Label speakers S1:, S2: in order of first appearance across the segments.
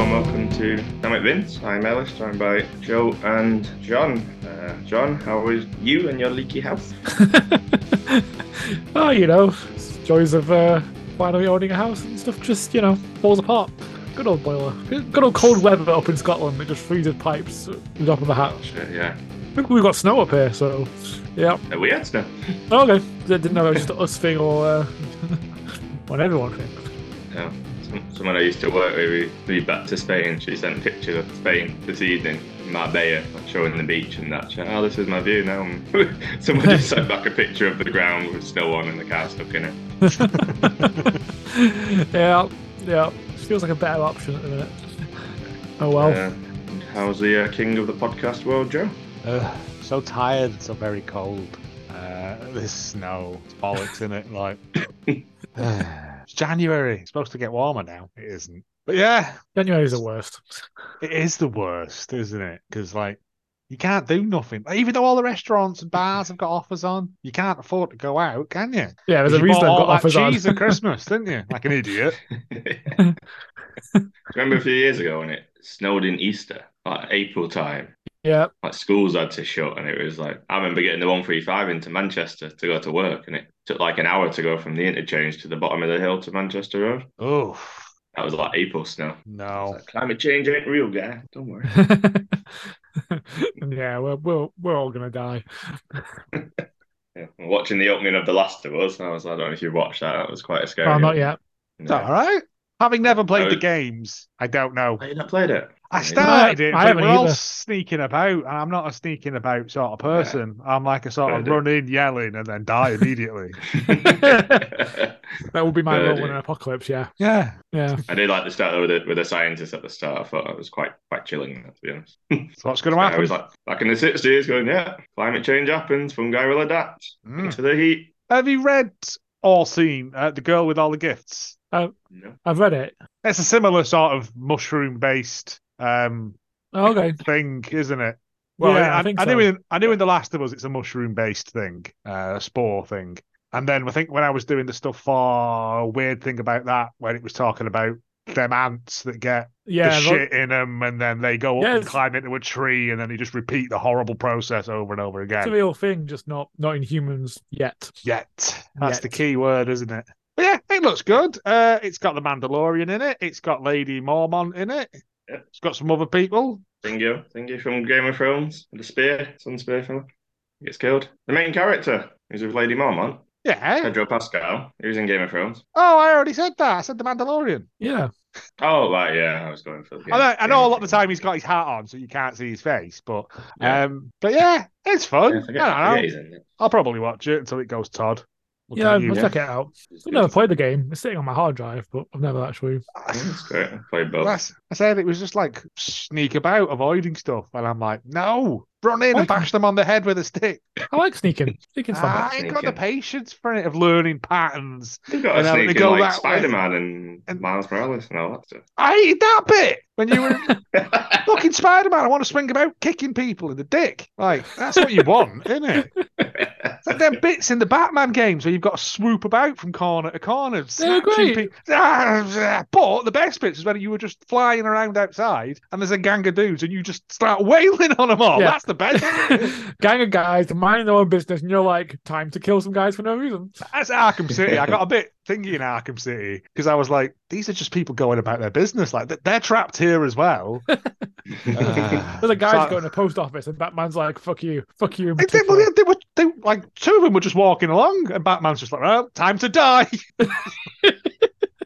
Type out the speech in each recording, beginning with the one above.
S1: to Namit Vince. I'm Ellis, joined by Joe and John. Uh, John, how is you and your leaky house?
S2: oh, you know, joys of uh, finally owning a house and stuff just, you know, falls apart. Good old boiler. Good good old cold weather up in Scotland. It just freezes pipes at the top of the hat.
S1: Shit, yeah.
S2: I think we've got snow up here, so. Yeah.
S1: Are we had snow.
S2: Okay. I didn't know it was just an us thing or uh, on everyone thing.
S1: No. Some- Someone I used to work with, we flew back to Spain. She sent pictures of Spain this evening, Marbella, showing the beach and that. She went, oh, this is my view now. And Someone just sent back a picture of the ground with snow on and the car stuck in it.
S2: yeah, yeah. Feels like a better option at the minute. Oh well.
S1: Uh, and how's the uh, king of the podcast world, Joe?
S3: Ugh, so tired, so very cold. Uh, this snow, it's bollocks in it. Like it's January, it's supposed to get warmer now. It isn't. But yeah,
S2: January's the worst.
S3: it is the worst, isn't it? Because like you can't do nothing. Like, even though all the restaurants and bars have got offers on, you can't afford to go out, can you?
S2: Yeah, there's
S3: 'Cause
S2: a
S3: you
S2: reason I've
S3: bought
S2: got
S3: all that
S2: offers on.
S3: cheese at Christmas, didn't you? Like an idiot.
S1: Remember a few years ago when it snowed in Easter, like April time?
S2: Yeah,
S1: like schools had to shut and it was like I remember getting the 135 into Manchester to go to work and it took like an hour to go from the interchange to the bottom of the hill to Manchester Road.
S3: Oh
S1: That was like April snow. It's
S3: no.
S1: like, climate change ain't real, guy. Don't worry.
S2: yeah. We're we're we're all gonna die.
S1: yeah. I'm Watching the opening of The Last of Us, I was I don't know if you watched that. That was quite a scary.
S2: Well, not
S1: one.
S2: yet.
S3: It's
S1: No.
S3: all right. Having never played
S1: No.
S3: the games, I don't know.
S1: Have you not played it?
S3: I
S1: Have you not?
S3: started it,
S2: I
S3: but
S2: haven't
S3: we're all
S2: either.
S3: sneaking about, and I'm not a sneaking about sort of person. I'm like a sort of
S1: Fair
S3: run in, yelling, and then die immediately.
S2: That would be my
S1: Yeah,
S2: role
S1: dude.
S2: in an apocalypse. Yeah,
S3: yeah,
S2: yeah.
S1: I did like the start with the, with the scientist at the start. I thought it was quite quite chilling, to be honest.
S3: so what's going to
S1: I
S3: happen?
S1: was like back in the 60s going, yeah, climate change happens, fungi will adapt
S3: Mm.
S1: to the heat.
S3: Have you read or seen uh, the girl with all the gifts?
S1: No.
S2: I've read it.
S3: It's a similar sort of mushroom-based um,
S2: Okay.
S3: thing, isn't it? Well,
S2: Yeah,
S3: I,
S2: I think
S3: I knew
S2: so.
S3: in I knew in The Last of Us it's a mushroom based thing, uh, a spore thing. And then I think when I was doing the stuff for weird thing about that, when it was talking about them ants that get
S2: Yeah.
S3: the
S2: I've-
S3: shit in them, and then they go up and
S2: Yes.
S3: climb into a tree, and then they just repeat the horrible process over and over
S2: It's a
S3: again.
S2: real thing, just not not in humans yet.
S3: Yet that's the
S2: Yet.
S3: key word, isn't it? But yeah, it looks good. Uh, it's got the Mandalorian in it. It's got Lady Mormon in it.
S1: Yep.
S3: It's got some other people.
S1: Thingo, Thingo from Game of Thrones, with the spear, sun spear fella. He gets killed. The main character, who's with Lady Mormont,
S3: Yeah.
S1: Pedro Pascal, he was in Game of Thrones.
S3: Oh, I already said that. I said the Mandalorian.
S2: Yeah.
S1: Oh, right, yeah, I was going for the.
S3: I know, I know a lot of the
S1: Game
S3: time he's got his hat on, so you can't see his face. But
S1: Yeah.
S3: um, but yeah, it's fun.
S1: of Thrones. Yeah,
S3: I
S1: I
S3: don't
S1: forget,
S3: know.
S1: he's in it.
S3: I'll probably watch it until it goes Todd. Look
S2: Yeah.
S3: at
S2: I'll
S3: you.
S2: check it out.
S1: He's
S2: I've
S1: good.
S2: never played the game. It's sitting on my hard drive, but I've never actually.
S1: Yeah, it's great. I played both.
S3: That's, I said it was just like sneak about, avoiding stuff, and I'm like, no, run in and
S2: Like-
S3: bash them on the head with a stick.
S2: I like sneaking. Sneaking's fun.
S3: I ain't got the
S1: Sneaking.
S3: patience for it of learning patterns.
S1: They've got a
S3: And, uh, they
S1: sneak
S3: go
S1: in like
S3: that way.
S1: Spider Man and,
S3: And-
S1: Miles Morales and all that stuff.
S3: I hated that bit when you were fucking Spider Man. I want to swing about kicking people in the dick. Like that's what you want, isn't it? Like them bits in the Batman games where you've got to swoop about from corner to corner.
S2: They're
S3: snatching
S2: great.
S3: pe- Ah, But the best bits is when you were just flying around outside and there's a gang of dudes and you just start wailing on them all.
S2: Yeah.
S3: That's the best.
S2: Gang of guys minding their own business, and you're like, time to kill some guys for no reason.
S3: That's Arkham City. I got a bit thingy in Arkham City because I was like, these are just people going about their business. Like th- they're trapped here as well. Ah.
S2: There's a guy
S3: So-
S2: going to post office, and Batman's like, "Fuck you, fuck you." in
S3: They, they, well,
S2: particular."
S3: they were they, like two of them were just walking along, and Batman's just like, "Well, time to die."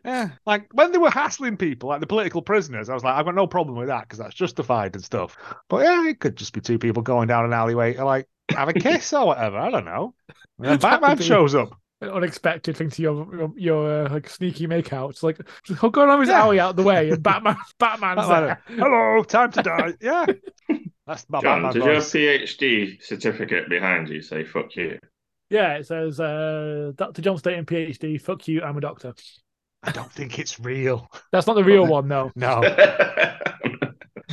S3: yeah, like when they were hassling people, like the political prisoners, I was like, "I've got no problem with that because that's justified and stuff." But yeah, it could just be two people going down an alleyway to like have a kiss or whatever. I don't know. And then
S2: That would
S3: Batman
S2: be-
S3: shows up.
S2: An unexpected thing to your your, your uh, like sneaky makeout. It's like just going on his
S3: Yeah.
S2: alley out the way, and Batman Batman's
S3: Batman,
S2: there.
S3: Hello, time to die. Yeah, that's my
S1: John,
S3: Batman
S1: did your
S3: voice.
S1: PhD certificate behind you say fuck you?
S2: Yeah, it says uh, Dr. John Staten, PhD. Fuck you, I'm a doctor.
S3: I don't think it's real.
S2: That's not the real one, though.
S3: No.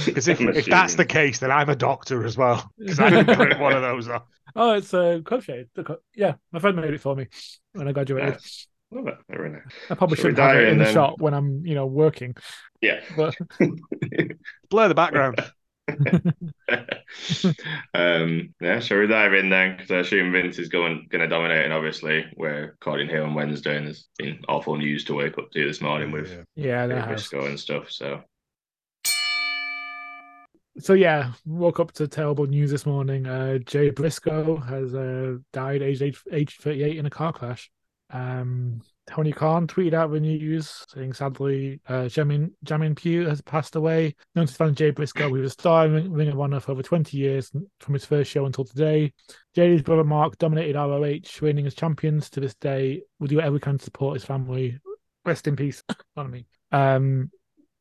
S3: Because Oh. if, if that's the case, then I'm a doctor as well. Because I didn't print one of those off.
S2: Oh, it's uh, crochet. The co- Yeah, my friend made it for me when I graduated.
S1: Nice. Love it. Very nice.
S2: I probably
S1: Shall we
S2: shouldn't have
S1: dive
S2: it
S1: in
S2: in the
S1: then?
S2: shop when I'm, you know, working.
S1: Yeah.
S2: But
S3: Blur the background.
S1: um, yeah, shall we dive in then? Because I assume Vince is going going to dominate, and obviously we're recording here on Wednesday, and there's been awful news to wake up to this morning with
S3: Yeah.
S2: Yeah,
S1: Big
S2: that has.
S1: Briscoe and stuff. So
S2: So yeah, woke up to terrible news this morning. Uh, Jay Briscoe has uh, died aged age, age 38 in a car crash. Um, Tony Khan tweeted out the news saying sadly, uh, Jamin, Jamin Pugh has passed away. Known to fan Jay Briscoe, he was a star in Ring- Ring of Honor for over 20 years from his first show until today. Jay's brother Mark dominated ROH, reigning as champions to this day. Will do whatever we can to support his family. Rest in peace. Pardon me. Um,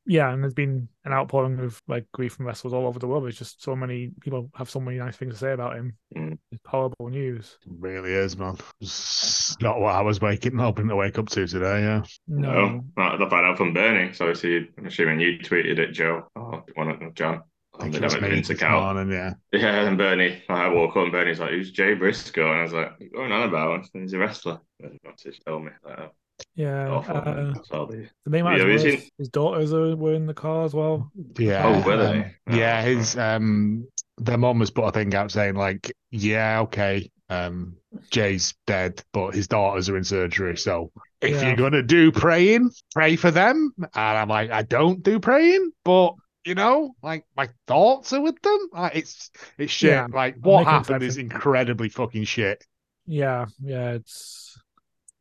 S2: yeah, and there's been an outpouring of like grief from wrestlers all over the world. There's just so many people have so many nice things to say about him.
S1: Mm.
S2: It's horrible news.
S3: Really is, man. It's not what I was waking hoping to wake up to today. Yeah.
S2: No,
S1: no, I found out from Bernie. So obviously, I'm assuming you tweeted it, Joe, or one of them, John.
S3: I
S1: On
S3: think
S1: the
S3: it was me
S1: Vince
S3: this
S1: account.
S3: morning, yeah.
S1: Yeah, and Bernie, I woke up and Bernie's like, "Who's Jay Briscoe?" And I was like, "What are you going on about? He's a wrestler." And Vince told me that.
S2: yeah.
S1: Awful.
S2: Uh,
S1: That's all they-
S2: the main man
S1: Yeah,
S2: is
S1: we've
S2: worse.
S1: seen-
S2: his daughters are, were in the car as well.
S3: Yeah.
S1: Oh, were they?
S3: um, yeah, his um their mum was put a thing out saying like, yeah, okay, um, Jay's dead, but his daughters are in surgery, so if
S2: Yeah.
S3: you're gonna do praying, pray for them. And I'm like, I don't do praying, but you know, like my thoughts are with them. Like it's it's shit.
S2: Yeah,
S3: Like what
S2: making
S3: happened
S2: sense
S3: is
S2: of-
S3: incredibly fucking shit.
S2: Yeah, yeah. It's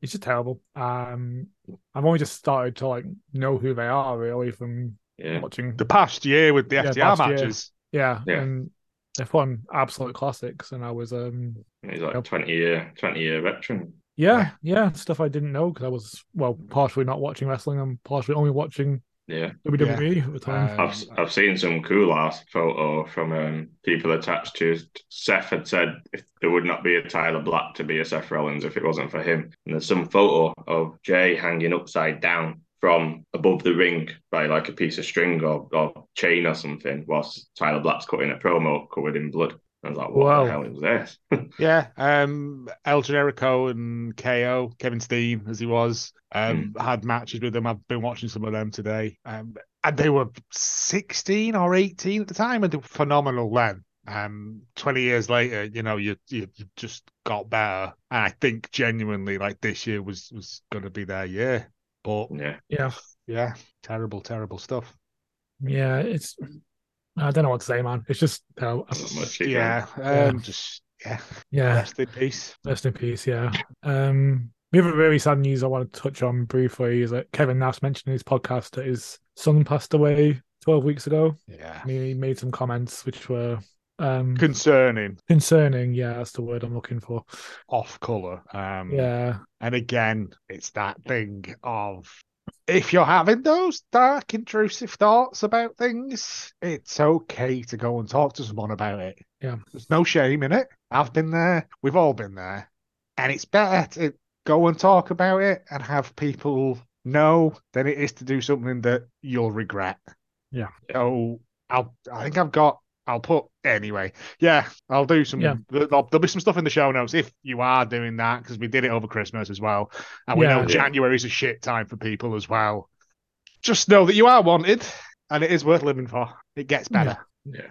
S2: it's just terrible. Um, I've only just started to like know who they are really from
S1: Yeah.
S2: watching.
S3: The past year with the
S2: Yeah,
S3: FTR
S2: past year.
S3: matches.
S2: Yeah,
S1: Yeah.
S2: and they've won absolute classics, and I was um
S1: And He's like
S2: Yep.
S1: 20 year, 20 year veteran.
S2: Yeah, yeah, stuff I didn't know because I was well partially not watching wrestling. I'm partially only watching
S1: Yeah,
S2: WWE at the E time.
S3: Uh,
S1: I've I've seen some cool ass photo from um, people attached to. Seth had said if there would not be a Tyler Black to be a Seth Rollins if it wasn't for him. And there's some photo of Jay hanging upside down from above the ring by like a piece of string or, or chain or something, whilst Tyler Black's cutting a promo covered in blood. I was like, what
S2: Wow.
S1: the hell is this?
S3: Yeah, um, El Generico and KO, Kevin Steen, as he was, um,
S1: Hmm.
S3: had matches with them. I've been watching some of them today, um, and they were 16 or 18 at the time, and they were phenomenal then. Um, 20 years later, you know, you you, you just got better, and I think genuinely, like this year was was going to be their year. But
S1: yeah,
S2: yeah,
S3: yeah, terrible, terrible stuff.
S2: yeah, it's I don't know what to say, man. It's just terrible.
S1: not much you can-
S3: Yeah,
S2: Yeah.
S3: um, just yeah,
S2: yeah,
S3: rest in peace.
S2: rest in peace. Yeah. Um, the other really sad news I want to touch on briefly is that Kevin Nash mentioned in his podcast that his son passed away 12 weeks ago.
S3: Yeah,
S2: And he made some comments which were um
S3: concerning,
S2: concerning. Yeah, that's the word I'm looking for.
S3: off color. Um,
S2: Yeah,
S3: And again, it's that thing of if you're having those dark, intrusive thoughts about things, it's okay to go and talk to someone about it.
S2: Yeah.
S3: There's no shame in it. I've been there. We've all been there. And it's better to go and talk about it and have people know than it is to do something that you'll regret.
S2: Yeah.
S3: So I'll, I think I've got, I'll put anyway. Yeah, I'll do some.
S2: Yeah.
S3: There'll, there'll be some stuff in the show notes if you are doing that because we did it over Christmas as well, and we
S2: Yeah.
S3: know
S1: Yeah.
S3: January's a shit time for people as well. Just know that you are wanted, and it is worth living for. It gets
S2: Yeah.
S3: better.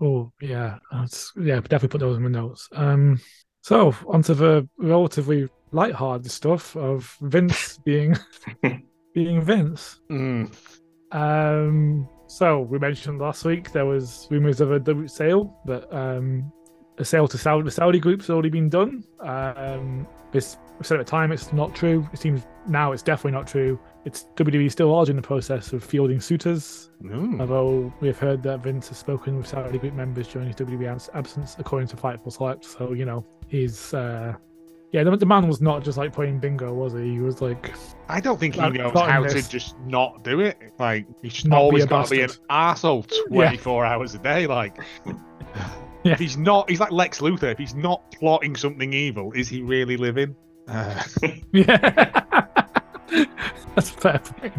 S2: Oh yeah, that's yeah. Definitely put those in my notes. Um, so onto the relatively lighthearted stuff of Vince being being Vince.
S3: Mm.
S2: Um, so we mentioned last week there was rumors of a w- sale, but um, a sale to Saudi, the Saudi group's already been done. Um, this we said at the time it's not true. It seems now it's definitely not true. It's WWE still largely in the process of fielding suitors
S3: Mm.
S2: Although we've heard that Vince has spoken with Saudi group members during his WWE abs- absence, according to Fightful Select. So you know he's uh, yeah. The, the man was not just like playing bingo, was he? He was like
S3: I don't think he
S2: Well,
S3: knows
S2: not in
S3: how
S2: this.
S3: to just not do it. Like he's just
S2: Not be
S3: always
S2: a
S3: got to be an
S2: bastard.
S3: asshole twenty four hours a day. Like
S2: Yeah.
S3: if he's not, he's like Lex Luthor. If he's not plotting something evil, is he really living? Uh,
S2: yeah. That's a fair point.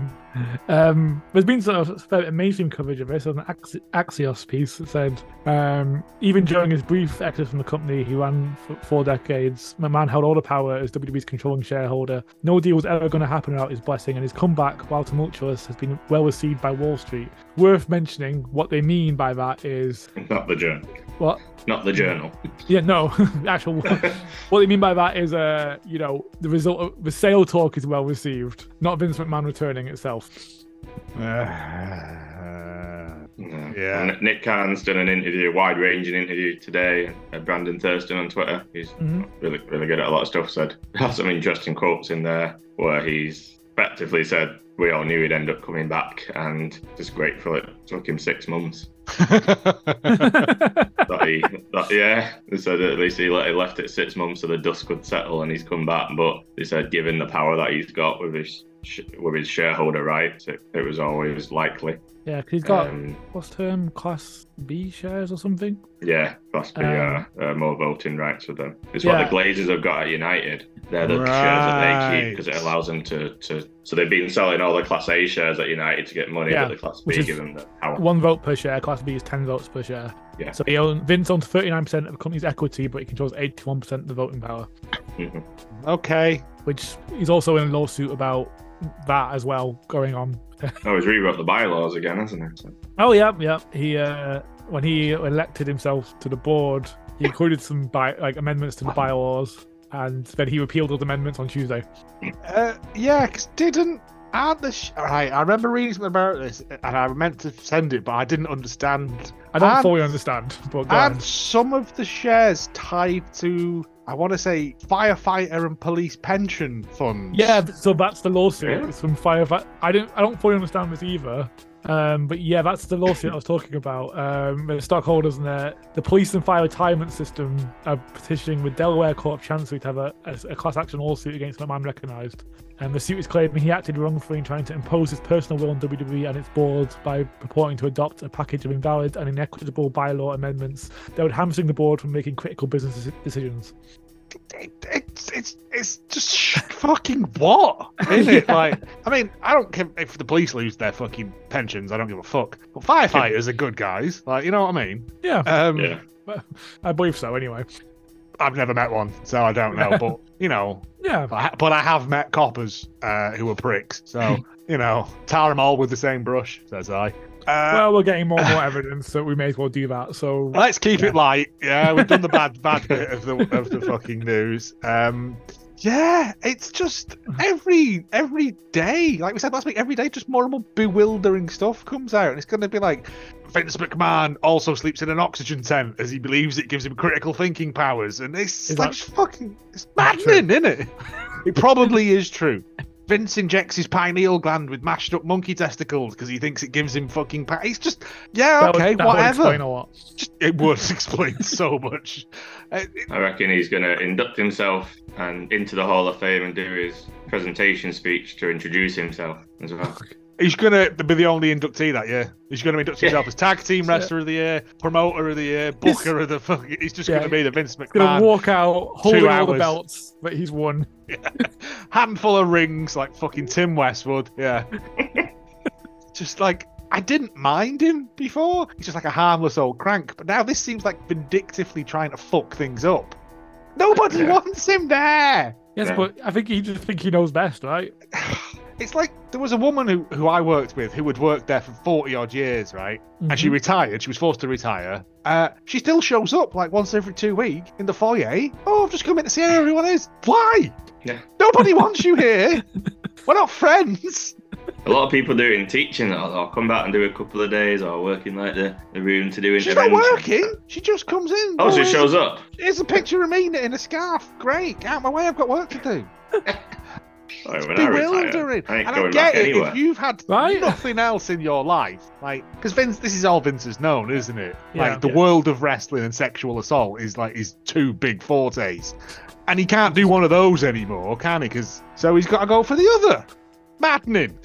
S2: Um, there's been sort of fair bit of mainstream coverage of this on an Ax- Axios piece that said um, even during his brief exit from the company he ran for four decades, McMahon held all the power as WWE's controlling shareholder. No deal was ever going to happen without his blessing, and his comeback, while tumultuous, has been well received by Wall Street. Worth mentioning what they mean by that is
S1: Not the journal.
S2: what
S1: Not the journal.
S2: yeah, no, the actual. what they mean by that is, uh, you know, the result of the sale talk is well received, not Vince McMahon returning itself.
S3: Uh,
S1: Yeah.
S3: Yeah.
S1: And Nick Khan's done an interview, a wide ranging interview today. Uh, Brandon Thurston on Twitter, he's
S2: Mhm.
S1: really, really good at a lot of stuff, said, has some interesting quotes in there where he's effectively said, we all knew he'd end up coming back and just grateful it took him six months. That he, that, yeah, they said at least he, let, he left it six months so the dust could settle and he's come back. But they said, given the power that he's got with his sh- with his shareholder rights, it, it was always likely.
S2: yeah, because he's got
S1: Um,
S2: what's term class B shares or something.
S1: Yeah, Class B
S2: Um,
S1: are uh, more voting rights with them. It's
S2: Yeah.
S1: what the Glazers have got at United. They're the shares that they keep because it
S3: Right.
S1: allows them to, to. So they've been selling all the Class A shares at United to get money,
S2: Yeah,
S1: but the Class
S2: which
S1: B
S2: is-
S1: give them the power.
S2: One vote per share. Class B is ten votes per share.
S1: Yeah.
S2: So he owns Vince owns thirty nine percent of the company's equity, but he controls eighty one percent of the voting power.
S1: Mhm.
S3: okay.
S2: Which he's also in a lawsuit about that as well going on.
S1: Oh, he's rewrote the bylaws again, hasn't he? So-
S2: Oh yeah, yeah. He uh, when he elected himself to the board, he included some by, like amendments to the bylaws, and then he repealed those amendments on Tuesday.
S3: Uh, yeah, because didn't aren't the sh- right? I remember reading something about this, and I meant to send it, but I didn't understand.
S2: I don't
S3: And-
S2: fully understand, but go on.
S3: And some of the shares tied to, I want to say, firefighter and police pension funds.
S2: yeah. th- So that's the lawsuit.
S1: Really?
S2: It's from firefight. I don't. I don't fully understand this either. Um, but yeah, that's the lawsuit I was talking about. Um, the stockholders and the, the police and fire retirement system are petitioning the Delaware Court of Chancery to have a, a, a class action lawsuit against McMahon recognised. And the suit is claiming he acted wrongfully in trying to impose his personal will on WWE and its board by purporting to adopt a package of invalid and inequitable bylaw amendments that would hamstring the board from making critical business deci- decisions.
S3: It, it's it's it's just sh- fucking what? Isn't it? Like, I mean, I don't care if the police lose their fucking pensions. I don't give a fuck. But firefighters are good guys. Like, you know what I mean?
S2: Yeah,
S3: Um,
S1: yeah.
S2: I believe so. Anyway,
S3: I've never met one, so I don't know. But you know,
S2: yeah,
S3: But I, but I have met coppers uh, who were pricks. So, you know, tar them all with the same brush, says I. Uh,
S2: well, we're getting more and more evidence that we may as well do that. So
S3: let's keep it light. Yeah, we've done the bad, bad bit of the, of the fucking news. Um, yeah, it's just every every day, like we said last week, every day just more and more bewildering stuff comes out, and it's going to be like Vince McMahon also sleeps in an oxygen tent as he believes it gives him critical thinking powers, and it's
S2: Is
S3: like
S2: that-
S3: fucking it's
S2: that true?
S3: maddening, isn't it? It probably is true. Vince injects his pineal gland with mashed up monkey testicles because he thinks it gives him fucking power. It's just, yeah,
S2: that would-
S3: okay,
S2: that would
S3: whatever.
S2: explain a lot.
S3: Just- it would explain so much. Uh, it-
S1: I reckon he's going to induct himself and into the Hall of Fame and do his presentation speech to introduce himself as well.
S3: He's gonna be the only inductee that year. He's gonna induct
S1: Yeah.
S3: himself as tag team wrestler of the year, promoter of the year, booker of the fucking. He's just
S2: Yeah.
S3: gonna be the Vince
S2: He's gonna
S3: McMahon.
S2: walk out holding all the
S3: hours.
S2: belts that he's won.
S3: handful of rings like fucking Tim Westwood. Yeah. just like I didn't mind him before. He's just like a harmless old crank, but now this seems like vindictively trying to fuck things up. Nobody
S1: Yeah.
S3: wants him there.
S2: Yes,
S1: Yeah.
S2: but I think he just think he knows best, right?
S3: It's like there was a woman who, who I worked with who had worked there for 40 odd years, right? And she
S2: Mhm.
S3: retired. She was forced to retire. Uh, she still shows up like once every two week in the foyer. Oh, I've just come in to see how everyone is. Why?
S1: Yeah.
S3: Nobody wants you here. We're not friends.
S1: A lot of people do it in teaching. I'll, I'll come back and do a couple of days or work in like the, the room to do
S3: She's not
S1: intervention.
S3: working. She just comes in.
S1: Oh, she
S3: here's-
S1: shows up.
S3: Here's a picture of me in a scarf. Great. Get out of my way. I've got work to do.
S1: Sorry,
S3: It's
S1: when I retire,
S3: bewildering.
S1: I ain't
S3: and I
S1: going
S3: get
S1: back
S3: it
S1: anywhere.
S3: if you've had
S2: Right?
S3: nothing else in your life. Like, because Vince, this is all Vince has known, isn't it?
S2: Yeah.
S3: like, the
S1: Yeah.
S3: world of wrestling and sexual assault is like his two big fortes. And he can't do one of those anymore, can he? Because so he's got to go for the other. Maddening.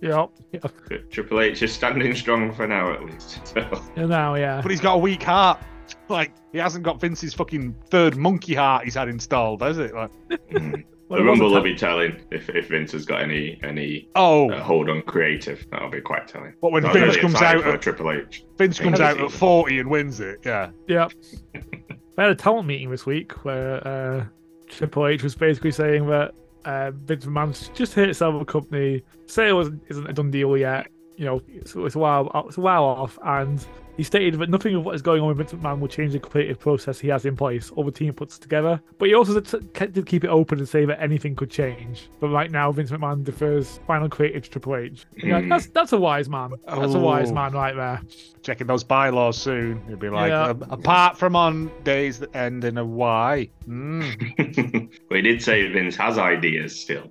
S2: Yeah, Mm-hmm. yeah.
S1: Triple H is standing strong for now, at least. So,
S2: Yeah, Now, yeah.
S3: But he's got a weak heart. Like, he hasn't got Vince's fucking third monkey heart he's had installed, has it? Like,
S1: mm.
S2: Well,
S1: the
S2: it was a
S1: Rumble will
S2: ta-
S1: be telling if, if Vince has got any any
S3: Oh,
S1: uh, hold on creative. That'll be quite telling.
S3: but when
S1: I'm
S3: Vince
S1: really
S3: comes
S1: excited
S3: out,
S1: for
S3: at,
S1: Triple H.
S3: Vince comes out at
S1: Fantasy.
S3: forty and wins it. Yeah.
S2: Yeah. I had a talent meeting this week where uh, Triple H was basically saying that uh, Vince McMahon's just here to sell the company. Sale isn't a done deal yet. You know, it's, it's a while it's a while off, and he stated that nothing of what is going on with Vince McMahon will change the creative process he has in place or the team puts together. But he also did did keep it open and say that anything could change. But right now, Vince McMahon defers final creative to Triple H. You know,
S1: Hmm.
S2: that's that's a wise man. That's a wise
S3: Oh.
S2: man right there.
S3: checking those bylaws soon. You'd be like,
S2: Yeah.
S3: "Um, apart from on days that end in a Y. Mm.
S1: but he did say Vince has ideas still.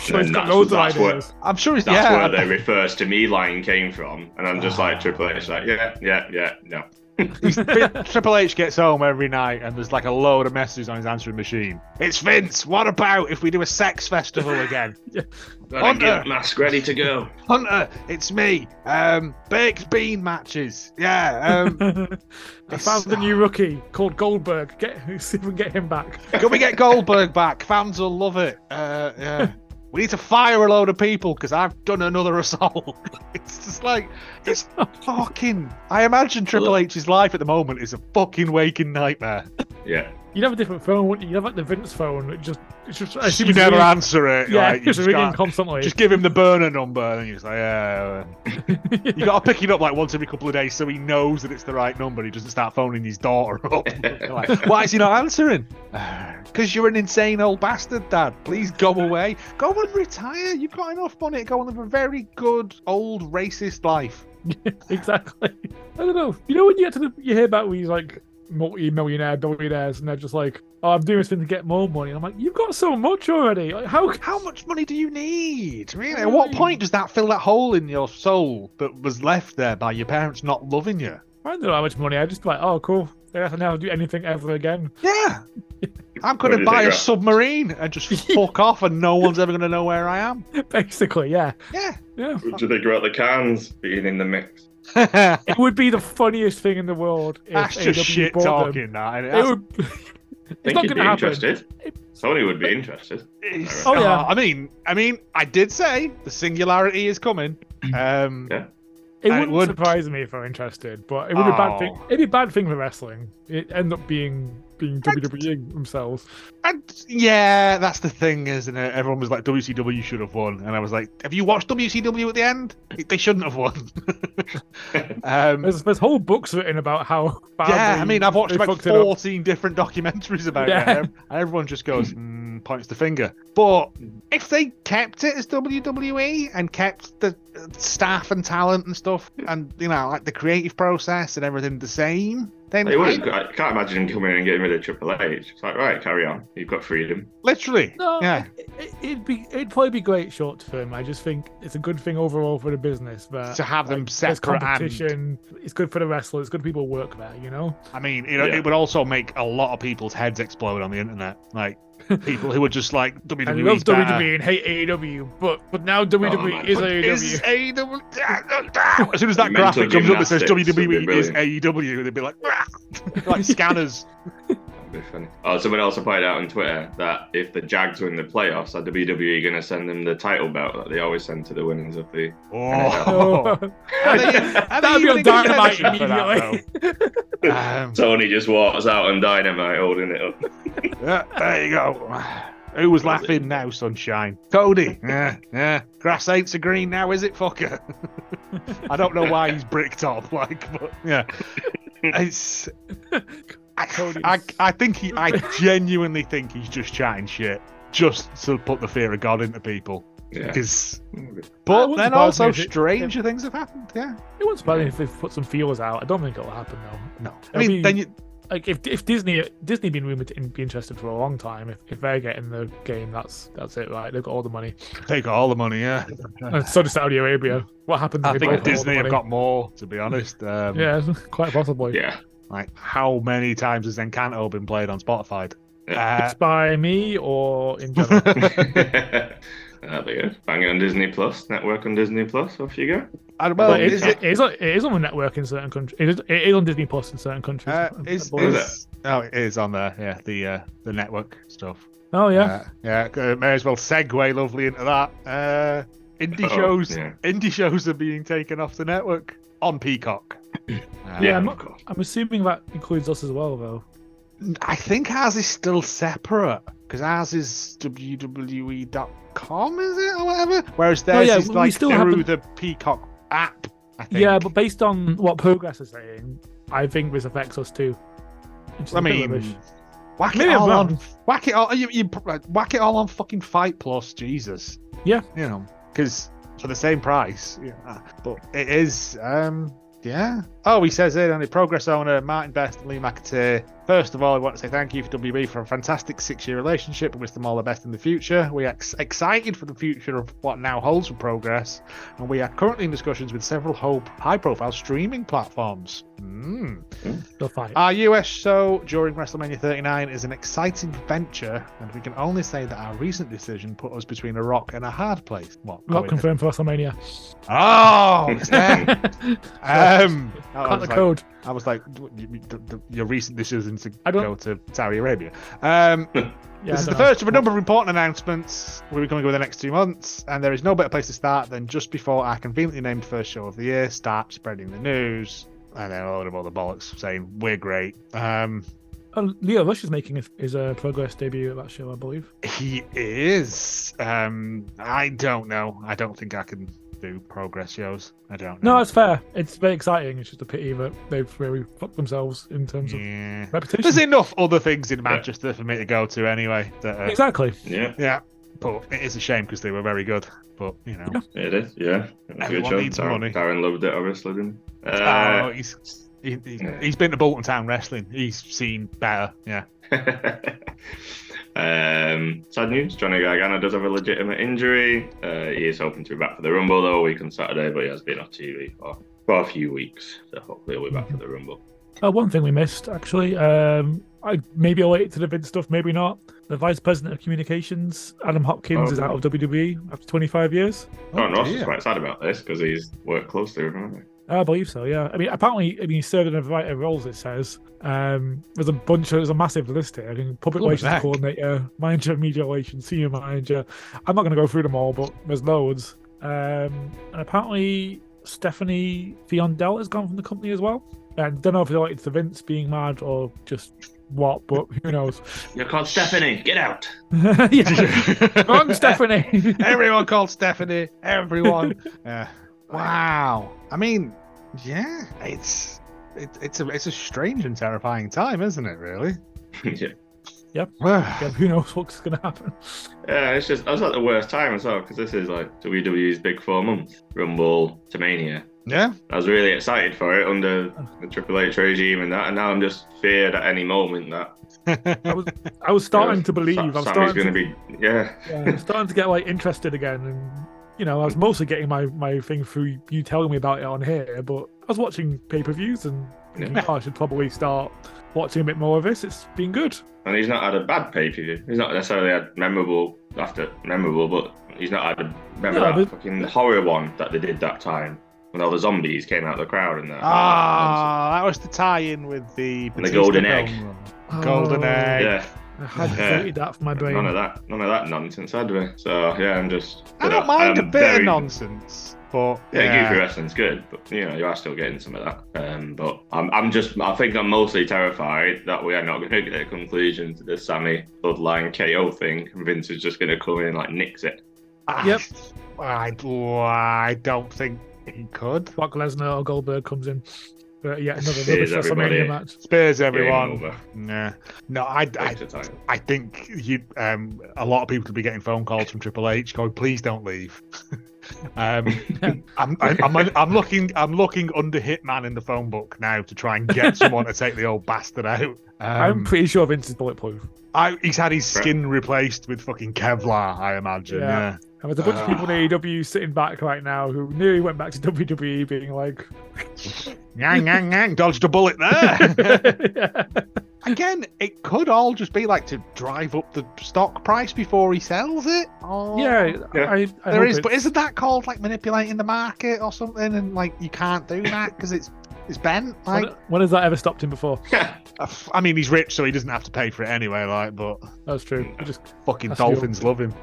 S2: So he's
S1: that's-
S2: got loads of
S1: that's what-
S2: ideas.
S3: I'm sure it's
S1: That's
S3: yeah.
S1: where the refers to me line came from. And I'm just like, Triple H, like, yeah, yeah, yeah, no.
S3: he's- Vin- Triple H gets home every night and there's like a load of messages on his answering machine. It's Vince. What about if we do a sex festival again?
S1: Got a
S3: Hunter.
S1: gimp mask ready to go.
S3: Hunter, it's me. Um, baked bean matches. Yeah. Um,
S2: I found the new rookie called Goldberg. Get see if we can get him back.
S3: can we get Goldberg back? Fans will love it. Uh, yeah. We need to fire a load of people because I've done another assault. it's just like it's fucking. I imagine Triple H's life at the moment is a fucking waking nightmare.
S1: Yeah.
S2: You'd have a different phone, wouldn't you? You'd have like the Vince phone. It just it's just it's
S3: You
S2: just
S3: never
S2: ringing-
S3: answer it.
S2: Yeah,
S3: like, you
S2: just
S3: just,
S2: ringing
S3: can't-
S2: constantly.
S3: just give him the burner number, and he's like, yeah. uh, You got to pick it up like once every couple of days so he knows that it's the right number. He doesn't start phoning his daughter up. You're like, Why is he not answering? Because you're an insane old bastard, Dad. Please go away. Go and retire. You've got enough money to go and live a very good old racist life.
S2: exactly. I don't know. You know when you get to the you hear about these like multi-millionaire billionaires, and they're just like, "Oh, I'm doing this thing to get more money." And I'm like, "You've got so much already. Like, how
S3: How much money do you need? Really? At what point does that fill that hole in your soul that was left there by your parents not loving you?
S2: I don't know how much money? I just like, oh, cool. Yeah, I can never do anything ever again.
S3: Yeah. I'm
S1: What
S3: going
S1: do
S3: to
S1: you
S3: buy
S1: think,
S3: a
S1: Ralph?
S3: submarine and just fuck off, and no one's ever going to know where I am.
S2: Basically, yeah,
S3: Yeah.
S2: yeah.
S1: What do you think about the cans being in the mix?
S2: It would be the funniest thing in the world. If
S3: That's just
S2: AW
S3: shit
S2: bought them.
S3: talking, that. and
S2: It
S3: that's-
S2: would.
S1: I
S2: it's
S1: think
S2: not
S1: you'd be
S2: going to happen.
S1: interested. Sony would be interested.
S3: it's-
S2: Oh, yeah.
S3: I mean, I mean, I did say the singularity is coming. Um,
S1: Yeah.
S2: It
S3: And it
S2: wouldn't
S3: would-
S2: surprise me if they're interested, but it would be a bad thing.
S3: Oh.
S2: It'd be a bad thing for wrestling. It end up being being WWE themselves.
S3: and yeah, that's the thing, isn't it? Everyone was like, WCW should have won, and I was like, Have you watched WCW at the end? They shouldn't have won. um,
S2: There's there's whole books written about how. badly
S3: yeah, I mean, I've watched
S2: they
S3: about
S2: fucked it up.
S3: 14 different documentaries about
S2: Yeah.
S3: it. And everyone just goes, mm, points the finger. But if they kept it as WWE and kept the uh, staff and talent and stuff and, you know, like the creative process and everything the same, then
S1: They
S3: I,
S1: wouldn't, I can't imagine him coming in and getting rid of Triple H. It's like, right, carry on. You've got freedom.
S3: literally.
S2: No,
S3: Yeah.
S2: it, it- it'd be it'd probably be great short term. I just think it's a good thing overall for the business that
S3: To have them
S2: there's
S3: separate and,
S2: competition. It's good for the wrestler. It's good people work there. You know.
S3: I mean, you know,
S1: Yeah.
S3: it would also make a lot of people's heads explode on the internet. Like, people who are just like,
S2: And I
S3: WWE
S2: love E WWE and hate AEW, but but now WWE
S1: Oh, man.
S2: is E
S1: But
S2: AEW.
S3: is AEW. As soon as that
S1: Mental
S3: graphic comes up that says
S1: gymnastics would be
S3: WWE is
S1: brilliant.
S3: AEW, they'd be like, "Rah!" like scanners.
S1: That'd be funny. Oh, someone else pointed out on Twitter that if the Jags win the playoffs, are WWE going to send them the title belt that they always send to the winners of the.
S3: Oh, Are they- are they
S2: That'd be
S3: even
S2: on
S3: in contention
S2: dynamite
S3: for that,
S2: immediately.
S3: though? um,
S1: Tony just walks out on Dynamite holding it up.
S3: yeah, there you go. Who was laughing now, sunshine? Cody. Yeah, yeah. Grass ain't so green now, is it, fucker? I don't know why he's bricked up, like, but yeah, it's. I,
S2: Cody's-
S3: I, I think he, I genuinely think he's just chatting shit, just to put the fear of God into people.
S1: Yeah.
S3: Because,
S2: That
S3: but
S2: wouldn't
S3: then
S2: surprise me
S3: also
S2: if it-
S3: stranger things have happened. Yeah,
S2: It wouldn't surprise me if they've put some feelers out. I don't think it'll happen though.
S3: no, I
S2: That'd
S3: mean,
S2: be-
S3: then you,
S2: Like if if Disney Disney been rumored to be interested for a long time, if, if they're getting the game, that's that's it, right? They've got all the money.
S3: take all the money. Yeah,
S2: And so does Saudi Arabia. What happens?
S3: I
S2: if they
S3: think
S2: both got all
S3: Disney
S2: the
S3: have
S2: money?
S3: got more. To be honest, um,
S2: Yeah, it's quite possibly.
S1: Yeah.
S3: Like, how many times has Encanto been played on Spotify? Uh,
S2: It's by me or in general.
S1: That'd be good. Bang it on Disney Plus, network on Disney Plus, off you go.
S3: and, well,
S2: But it,
S3: is
S2: is,
S3: it?
S2: it, is on, it is on the network in certain countries. It is, it is on Disney Plus in certain countries.
S3: Uh,
S2: I
S3: is,
S2: believe.
S3: is, oh, it is on there. Yeah, the uh, the network stuff.
S2: Oh yeah.
S3: Uh, yeah, uh, may as well segue lovely into that. Uh, indie
S1: Oh,
S3: shows,
S1: yeah.
S3: indie shows are being taken off the network on Peacock. Uh,
S1: Yeah,
S2: I'm
S1: of
S2: not-
S1: course.
S2: I'm assuming that includes us as well, though.
S3: I think ours is still separate because ours is WWE.com, is it or whatever? Whereas theirs
S2: Oh, yeah,
S3: is
S2: we
S3: like
S2: still have
S3: through
S2: the-
S3: the Peacock app. I think.
S2: Yeah, but based on what Progress is saying, I think this affects us too. Which is
S3: I
S2: a bit
S3: mean,
S2: rubbish.
S3: whack
S2: Maybe
S3: it
S2: I'm
S3: all
S2: wrong.
S3: on, whack it all, you, you like, whack it all on fucking Fight Plus, Jesus.
S2: Yeah.
S3: you know, because for the same price, yeah. ah, But it is, um, yeah. Oh, he says it on the progress owner Martin Best and Lee McAtee. First of all, I want to say thank you for WB for a fantastic six-year relationship and wish them all the best in the future. We are ex- excited for the future of what now holds for progress, and we are currently in discussions with several ho- high-profile streaming platforms. Mm.
S2: They'll fight.
S3: Our US show during WrestleMania 39 is an exciting venture, and we can only say that our recent decision put us between a rock and a hard place. What?
S2: Not confirmed for WrestleMania.
S3: Oh, it's there. um, I
S2: Cut the
S3: was, like,
S2: code.
S3: I was like, "You- you- the- the- your recent decision to
S2: I don't-
S3: go to Saudi Arabia. Um,
S2: Yeah,
S3: this is
S2: I don't
S3: the
S2: know.
S3: first of a number of important announcements we'll be coming over the next two months, and there is no better place to start than just before our conveniently named first show of the year. Start spreading the news, and then a load of other bollocks saying we're great. Um,
S2: Oh, Leo Rush is making his, his uh, Progress debut at that show, I believe.
S3: He is. Um, I don't know. I don't think I can do progress shows. I don't
S2: No,
S3: know.
S2: it's fair. It's very exciting. It's just a pity that they've really fucked themselves in terms of
S3: yeah.
S2: reputation.
S3: There's enough other things in Manchester for me to go to anyway. That, uh,
S2: Exactly.
S1: yeah,
S3: yeah, but it is a shame because they were very good. But you know,
S1: it is. Yeah, That's a good
S3: Everyone
S1: job.
S3: needs
S1: Darren,
S3: money. Ah,
S1: Darren loved it, obviously. Didn't he?
S3: I don't
S1: Uh,
S3: know, Oh, he's he, he,
S1: Yeah.
S3: he's been to Bolton Town Wrestling. He's seen better. Yeah.
S1: um, sad news: Johnny Gargano does have a legitimate injury. Uh, he is hoping to be back for the Rumble though, week on Saturday, but he has been off TV for, for a few weeks, so hopefully he'll be back for the Rumble.
S2: Uh, one thing we missed, actually. Um, I maybe I'll wait to the Vince stuff, maybe not. The vice president of communications, Adam Hopkins,
S1: Oh.
S2: is out of WWE after 25 years.
S1: John Ross is
S3: Oh, dear.
S1: quite sad about this because he's worked closely with him. hasn't
S2: I believe so. Yeah. I mean, apparently, I mean, he served in a variety of roles. It says um, there's a bunch. Of, there's a massive list here. I mean, public
S3: Bloody
S2: relations
S3: heck.
S2: coordinator, manager of media relations, senior manager. I'm not going to go through them all, but there's loads. Um, and apparently, Stephanie Fiondel has gone from the company as well. And don't know if it's related to Vince being mad or just what, but who knows?
S1: he? You're called Stephanie. Get out.
S2: yeah. Wrong, Stephanie.
S3: Everyone called Stephanie. Everyone. yeah. Wow. I mean, yeah, it's it, it's a it's a strange and terrifying time, isn't it? Really.
S1: yeah.
S2: yeah, who knows what's going to happen?
S1: Yeah, it's just I was at the worst time as well because this is like WWE's big four months, Rumble to Mania.
S3: yeah.
S1: I was really excited for it under the Triple H regime and that, and now I'm just feared at any moment that
S2: I was starting
S1: Yeah,
S2: to believe.
S1: Sa-
S2: I'm
S1: Sammy's
S2: starting to
S1: going to be yeah.
S2: yeah, I'm starting to get like interested again, and you know, I was mostly getting my my thing through you telling me about it on here, but I was watching pay per views and thinking,
S1: Yeah.
S2: oh, I should probably start watching a bit more of this. It's been good.
S1: And he's not had a bad pay per view. He's not necessarily had memorable after memorable, but he's not had a remember
S2: No,
S1: that
S2: but-
S1: fucking horror one that they did that time when all the zombies came out of the crowd and that.
S3: Ah, that was the tie-in with the
S1: And the golden
S3: Batista
S1: egg.
S3: film. Golden
S2: Oh,
S3: egg.
S1: yeah,
S2: I had
S1: Yeah.
S2: voted that for my brain.
S1: none of that, none of that nonsense, had we? So yeah, I'm just.
S3: I don't mind a
S1: I'm
S3: bit of
S1: uh, um, very-
S3: nonsense, but
S1: Yeah, goofy wrestling's good, but you know you are still getting some of that. Um, but I'm, I'm just, I think I'm mostly terrified that we are not going to get a conclusion to the Sammy Bloodline KO thing. And Vince is just going to come in and like nix it.
S3: I,
S2: Yep.
S3: I, I don't think he could.
S2: Brock Lesnar or Goldberg comes in. But yeah, another
S1: Cheers,
S2: rubbish
S1: everybody.
S2: WrestleMania match.
S3: Spears
S1: Game
S3: everyone.
S1: over.
S3: Yeah. No, I, I,
S1: Takes the time.
S3: I think you um a lot of people could be getting phone calls from Triple H going, please don't leave. um, I'm, I'm, I'm I'm looking I'm looking under Hitman in the phone book now to try and get someone to take the old bastard out.
S2: I'm
S3: Um,
S2: pretty sure Vince is bulletproof.
S3: I, he's had his skin replaced with fucking Kevlar, I imagine.
S2: Yeah.
S3: Yeah.
S2: And there's a bunch of people
S3: Ah.
S2: in AEW sitting back right now who knew he went back to WWE being like,
S3: Ngang, ngang, ngang, dodged a bullet there.
S2: yeah.
S3: Again, it could all just be like to drive up the stock price before he sells it. Or...
S2: yeah,
S1: Yeah.
S2: I, I
S3: There
S2: hope
S3: is,
S2: it's-
S3: but isn't that called like manipulating the market or something? And like you can't do that because it's It's Ben.
S2: When-
S3: Like,
S2: when has that ever stopped him before?
S3: I f- I mean, he's rich, so he doesn't have to pay for it anyway. Like, but
S2: That's true. Just
S3: fucking
S2: That's the
S3: dolphins love him.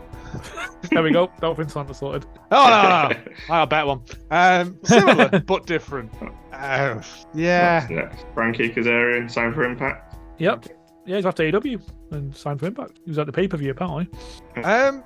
S2: there we go. Dolphins aren't sorted.
S3: Oh no, no, no. I'll bet one. Um, similar but different. Uh, yeah,
S1: What's next? Frankie Kazarian, signed for Impact.
S2: Yep. Yeah, he's after AW and signed for Impact. He was at the pay per view apparently.
S3: Um,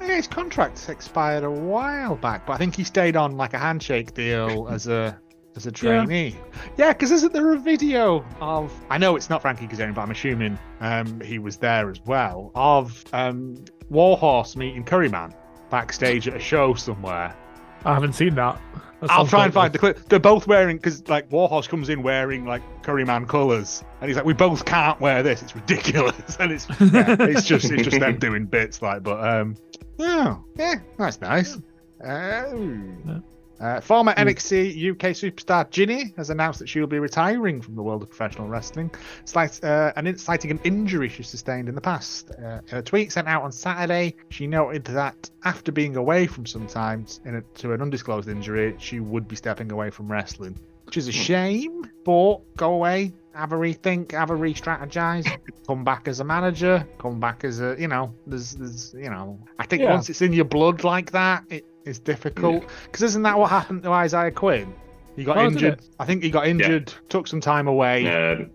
S3: yeah, his contract expired a while back, but I think he stayed on like a handshake deal as a as a trainee. Yeah, because isn't there a video of? I know it's not Frankie Kazarian, but I'm assuming um, he was there as well. Of um, Warhorse meeting Curryman backstage at a show somewhere.
S2: I haven't seen that. That
S3: I'll
S2: sounds
S3: try and
S2: quite
S3: find the clip. They're both wearing because like Warhorse comes in wearing like Curryman colours, and he's like, "We both can't wear this. It's ridiculous." And it's yeah, it's just it's just them doing bits like, but um, yeah, yeah, that's nice.
S2: Yeah.
S3: Um, uh, former NXT UK superstar Ginny has announced that she will be retiring from the world of professional wrestling, slight, uh, and in- citing an injury she sustained in the past. Uh, in a tweet sent out on Saturday, she noted that after being away from some time in a, to an undisclosed injury, she would be stepping away from wrestling, which is a shame. But go away, have a rethink, have a re-strategize come back as a manager, come back as a you know, there's there's you know, I think
S2: Yeah.
S3: once it's in your blood like that, it is difficult. Because isn't that what happened to Isaiah Quinn? He got
S2: Oh, did
S3: injured. I think he got injured, took some time away,
S1: Uh,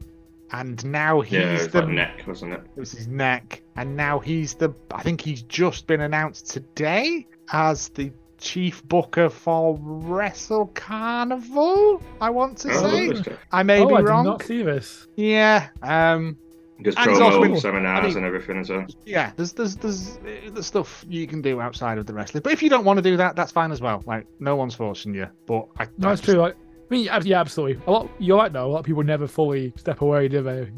S3: and now he's
S1: yeah, it's
S3: the
S1: like neck, wasn't it?
S3: it was his neck, and now he's the. I think he's just been announced today as the chief booker for Wrestle Carnival. I want to
S1: Oh,
S3: say
S1: lovely stuff.
S3: I may
S2: oh,
S3: be
S2: I
S3: wrong.
S2: did not see this.
S3: Yeah. Um.
S1: Does
S3: And he's also been-
S1: promo seminars
S3: I mean-
S1: and everything as well.
S3: yeah, there's there's there's uh, the stuff you can do outside of the wrestling. But if you don't want to do that, that's fine as well. Like no one's forcing you. But I,
S2: No,
S3: I
S2: it's
S3: just-
S2: true. Like, I mean, ab- yeah, absolutely. A lot. You're right though. A lot of people never fully step away, do they?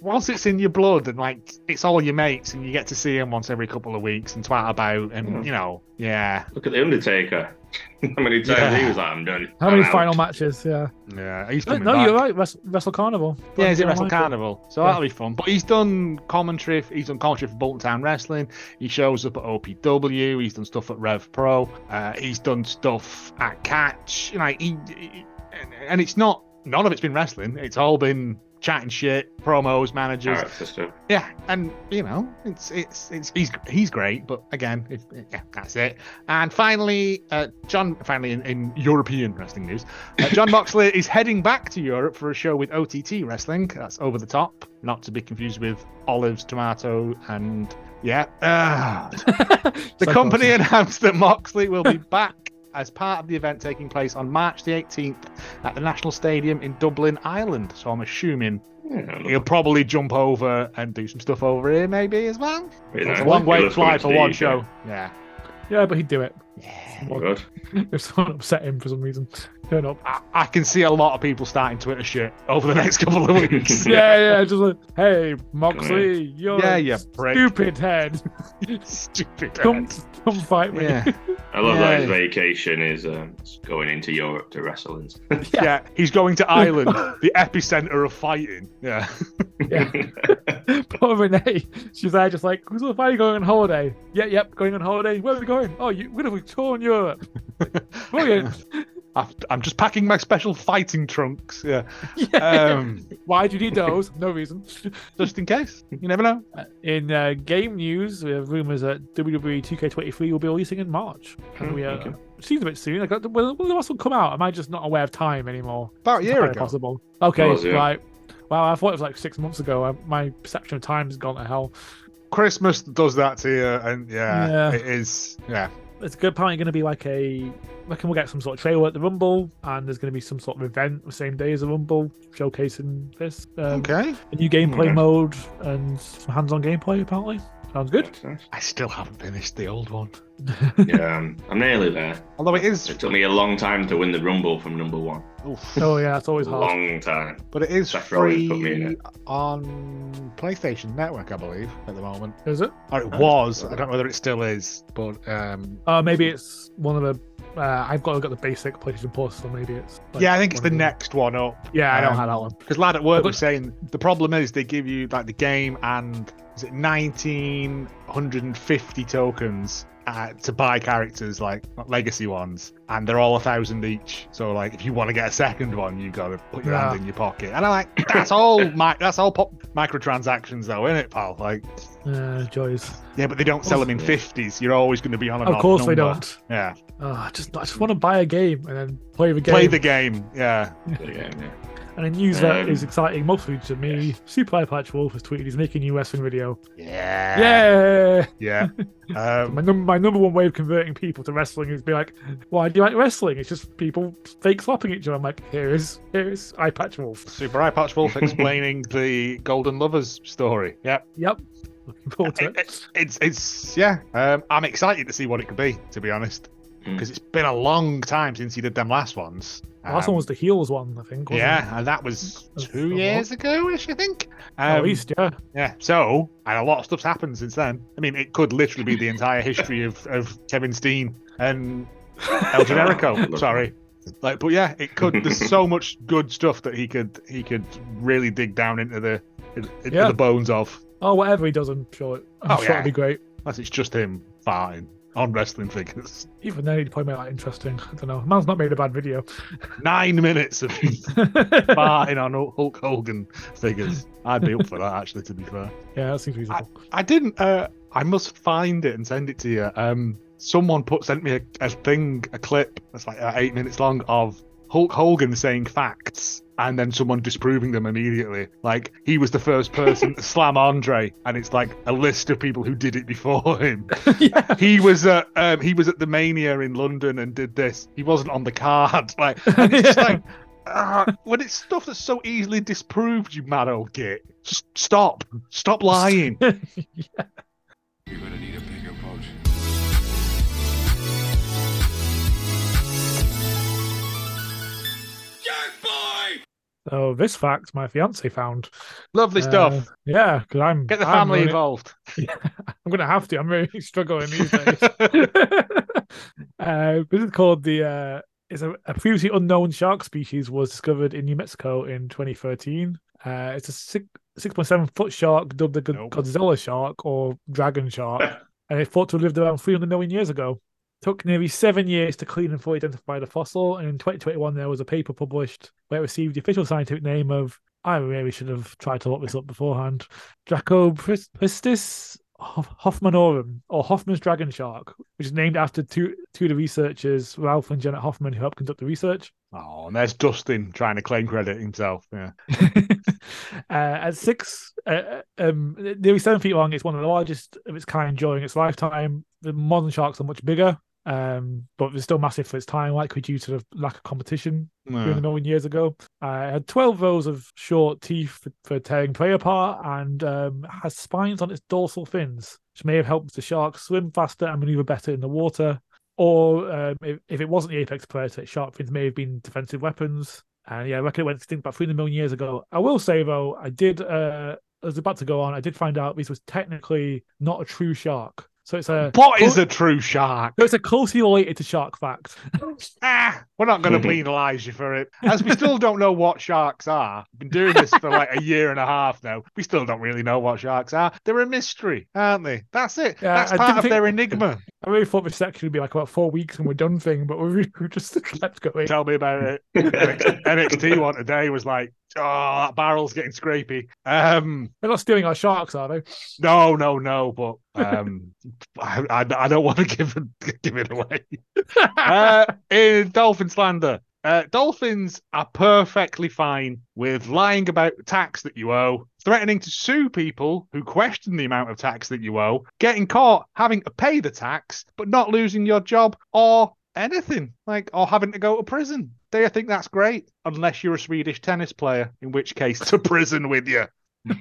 S3: Once it's in your blood and like it's all your mates and you get to see them once every couple of weeks and twat about and
S1: Yeah.
S3: you know yeah
S1: Look at the Undertaker. How many times
S3: Yeah.
S1: he was like, "I'm done."
S2: How many
S1: I'm out."
S2: final matches? Yeah.
S3: yeah he's
S2: No,
S3: coming
S2: no,
S3: back.
S2: you're right. Wrestle, Wrestle Carnival.
S3: Yeah, he's at
S2: Don't
S3: Wrestle
S2: like it.
S3: Carnival, so
S2: Yeah.
S3: that'll be fun. But he's done commentary. f- He's done commentary for Bolton Town Wrestling. He shows up at OPW. He's done stuff at Rev Pro. Uh, he's done stuff at Catch. You know, he, he- and, and it's not none of it's been wrestling. It's all been chatting shit, promos, managers.
S1: Character stuff.
S3: Yeah, and you know, it's it's it's he's he's great, but again, if, yeah, that's it. And finally, uh, John. Finally, in, in European wrestling news, uh, John Moxley is heading back to Europe for a show with OTT Wrestling. That's over the top, not to be confused with Olives, Tomato, and yeah. ah. the
S2: Psycho-
S3: company announced that Moxley will be back as part of the event taking place on March the 18th at the National Stadium in Dublin, Ireland. So I'm assuming
S1: Yeah,
S3: He'll probably jump over and do some stuff over here, maybe as well.
S1: pretty
S3: It's a
S1: nice.
S3: long way
S1: He'll
S3: to
S1: have
S3: fly
S1: come
S3: for
S1: to
S3: one
S1: the
S3: show. Yeah.
S2: Yeah, but he'd do it
S3: yeah.
S1: UK. Good.
S2: if someone upset him for some reason. Turn up.
S3: I, I can see a lot of people starting Twitter shit over the next couple of weeks.
S2: Yeah, yeah. Just like, hey, Moxley, you're
S3: Yeah,
S2: a
S3: you prick.
S2: stupid head.
S3: Stupid.
S2: Come, come fight me.
S3: Yeah.
S1: I love that his
S3: Yeah.
S1: vacation is um, going into Europe to wrestle and
S3: yeah.
S2: Yeah.
S3: He's going to Ireland, the epicenter of fighting. Yeah.
S2: Poor Renee. She's there just like, who's the fire going on holiday? Yeah, yep, going on holiday. Where are we going? Oh, you, we're going to tour in Europe. Brilliant.
S3: I've- I'm just packing my special fighting trunks. Yeah.
S2: yeah.
S3: Um,
S2: Why do you need those? No reason.
S3: just in case. You never know.
S2: In uh, game news, we have rumors that E WWE 2K23 will be releasing in March. And
S3: Hmm,
S2: we, uh,
S1: Okay.
S2: Seems a bit soon. Like, will, will the last one come out? Am I just not aware of time anymore?
S3: About a year
S2: Entirely
S3: ago.
S2: Possible. Okay,
S1: was, yeah.
S2: right. Wow, I thought it was like six months ago. I, my perception of time's gone to hell.
S3: Christmas does that to you. And yeah,
S2: Yeah.
S3: it is. Yeah.
S2: it's good probably going to be like a I reckon we'll get some sort of trailer at the Rumble, and there's going to be some sort of event the same day as the Rumble, showcasing this um,
S3: Okay.
S2: a new gameplay
S1: Okay.
S2: mode and some hands-on gameplay. Apparently, sounds good.
S1: That's nice.
S3: I still haven't finished the old one.
S1: Yeah, um, I'm nearly there.
S3: Although it is
S1: It took me a long time to win the Rumble from number one.
S3: Oof.
S2: Oh yeah, it's always hard.
S1: Long time.
S3: But it is
S1: Seth Rollins
S3: free
S1: put me in it.
S3: on PlayStation Network, I believe, at the moment.
S2: Is it?
S3: Or it
S1: Oh.
S3: was. I don't know whether it still is. But um,
S2: Uh, maybe it's one of the. Uh, I've got to get the basic PlayStation Plus, so maybe it's. like,
S3: yeah, I think it's the
S2: one of
S3: next one up.
S2: Yeah, I don't
S3: um,
S2: have that one.
S3: Because lad at work
S2: But-
S3: was saying the problem is they give you like the game and is it nineteen hundred and fifty tokens uh, to buy characters like legacy ones, and they're all a thousand each. So like, if you want to get a second one, you got to put your hand
S2: Yeah.
S3: in your pocket. And I'm like, that's all. Mi- that's all pop- microtransactions, though, isn't it, pal? Like,
S2: Uh, joys.
S3: yeah, but they don't sell them in
S1: Yeah.
S3: fifties. You're always going to be on an
S2: Of
S3: odd
S2: course they
S3: number.
S2: don't.
S3: Yeah,
S2: Oh, I just I just want to buy a game and then play the game.
S3: play the game. Yeah.
S1: Yeah, yeah.
S2: And a news that
S1: Um,
S2: is exciting mostly to me. Super Patch Wolf has tweeted he's making a new wrestling video.
S3: Yeah.
S2: Yeah.
S3: Yeah. Um,
S2: My num- my number one way of converting people to wrestling is be like, why do you like wrestling? It's just people fake slapping each other. I'm like, here is here is Eye Patch Wolf.
S3: Super Eye Patch Wolf explaining the Golden Lovers story. Yeah.
S2: Yep. Looking forward to it.
S3: It's it's yeah. Um, I'm excited to see what it could be, to be honest,
S1: Mm.
S3: because it's been a long time since you did them last ones.
S2: Last
S3: Um,
S2: one was the heels one, I think. Wasn't
S3: yeah,
S2: it?
S3: and that was
S2: That's a
S3: two
S2: lot.
S3: years ago-ish, I think.
S2: At
S3: Um,
S2: least, yeah.
S3: yeah. So, and a lot of stuff's happened since then. I mean, it could literally be the entire history of of Kevin Steen and El Generico. sorry. Like, but yeah, it could. There's so much good stuff that he could he could really dig down into the into
S2: Yeah.
S3: the bones of.
S2: Oh, whatever he does, I'm sure, it, I'm
S3: Oh,
S2: sure
S3: yeah.
S2: it'll be great.
S3: Unless it's just him farting on wrestling figures.
S2: Even then, he'd probably make that interesting. I don't know. Man's not made a bad video.
S3: Nine minutes of him farting on Hulk- Hulk Hogan figures. I'd be up for that, actually, to be fair.
S2: yeah, that seems reasonable.
S3: I didn't. Uh, I must find it and send it to you. Um, someone put sent me a, a thing, a clip that's like uh, eight minutes long of Hulk Hogan saying facts and then someone disproving them immediately. Like he was the first person to slam Andre, and it's like a list of people who did it before him.
S2: yeah.
S3: He was at um, he was at the Mania in London and did this. He wasn't on the card. Like and it's just like. Uh, when it's stuff that's so easily disproved, you mad old git. S- Stop. Stop lying.
S4: You're gonna need a bigger boat. Jerk boy!
S2: So Oh, this fact, my fiance found.
S3: Lovely
S2: Uh,
S3: stuff.
S2: yeah, because I'm
S3: Get the
S2: I'm
S3: family
S2: really-
S3: involved.
S2: I'm gonna have to. I'm really struggling these days. uh, this is called the. Uh, it's a, a previously unknown shark species was discovered in New Mexico in 2013. Uh, it's a six, 6.7 foot shark dubbed the Go-
S3: Nope.
S2: Godzilla shark or dragon shark, and it's thought to have lived around 300 million years ago. Took nearly seven years to clean and fully identify the fossil, and in 2021 there was a paper published where it received the official scientific name of. I really should have tried to look this up beforehand. Dracopristis Hoff- Hoffmanorum, or Hoffman's dragon shark, which is named after two two of the researchers, Ralph and Janet Hoffman, who helped conduct the research.
S3: Oh, and there's Dustin trying to claim credit himself. Yeah.
S2: uh, at six, uh, um, nearly seven feet long, it's one of the largest of its kind during its lifetime. The modern sharks are much bigger, um, but they're still massive for its time, likely due to the lack of competition
S3: Yeah.
S2: 300 million years ago. Uh, it had 12 rows of short teeth for, for tearing prey apart and um, has spines on its dorsal fins, which may have helped the shark swim faster and maneuver better in the water. Or um, if, if it wasn't the apex predator, its shark fins may have been defensive weapons. And yeah, I reckon it went extinct about 300 million years ago. I will say, though, I did, uh, I was about to go on, I did find out this was technically not a true shark. So it's a.
S3: What is a true shark?
S2: So it's a closely related to shark fact.
S3: Ah, we're not going to penalise you for it, as we still don't know what sharks are. We've been doing this for like a year and a half now. We still don't really know what sharks are. They're a mystery, aren't they? That's it.
S2: Yeah,
S3: That's
S2: I
S3: part
S2: didn't
S3: of
S2: think-
S3: their enigma.
S2: I really thought this section would be like about four weeks and we're done thing, but we we just kept going.
S3: Tell me about it. NXT one today was like, oh, that barrel's getting scrapey. Um,
S2: They're not stealing our sharks, are they?
S3: No, no, no. But um, I, I, I don't want to give it, give it away. uh, in Dolphin slander, uh, dolphins are perfectly fine with lying about tax that you owe, threatening to sue people who question the amount of tax that you owe, getting caught having to pay the tax, but not losing your job or anything like or having to go to prison. They think that's great, unless you're a Swedish tennis player, in which case to prison with you.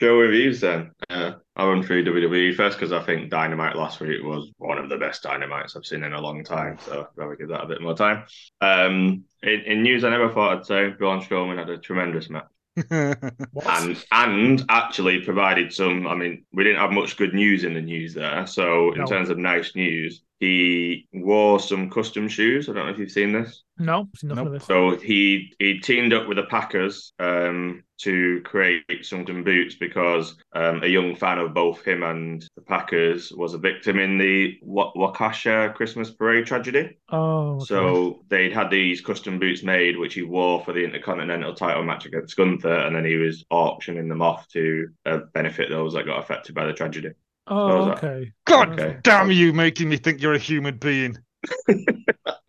S1: Show reviews then. Uh, I'll run through WWE first because I think Dynamite last week was one of the best Dynamites I've seen in a long time. So I'd rather give that a bit more time. Um, in, in news I never thought I'd say, Braun Strowman had a tremendous match.
S2: What?
S1: and and actually provided some. I mean, we didn't have much good news in the news there. So in
S2: No.
S1: terms of nice news, He wore some custom shoes. I don't know if you've seen this.
S2: No, seen nothing of this.
S1: So he he teamed up with the Packers um, to create some custom boots because um, a young fan of both him and the Packers was a victim in the Wa- Wakasha Christmas parade tragedy.
S2: Oh, okay.
S1: So they'd had these custom boots made, which he wore for the Intercontinental title match against Gunther, and then he was auctioning them off to uh, benefit those that got affected by the tragedy.
S2: oh,
S1: that?
S2: okay.
S3: God
S1: Okay.
S3: damn you, making me think you're a human being.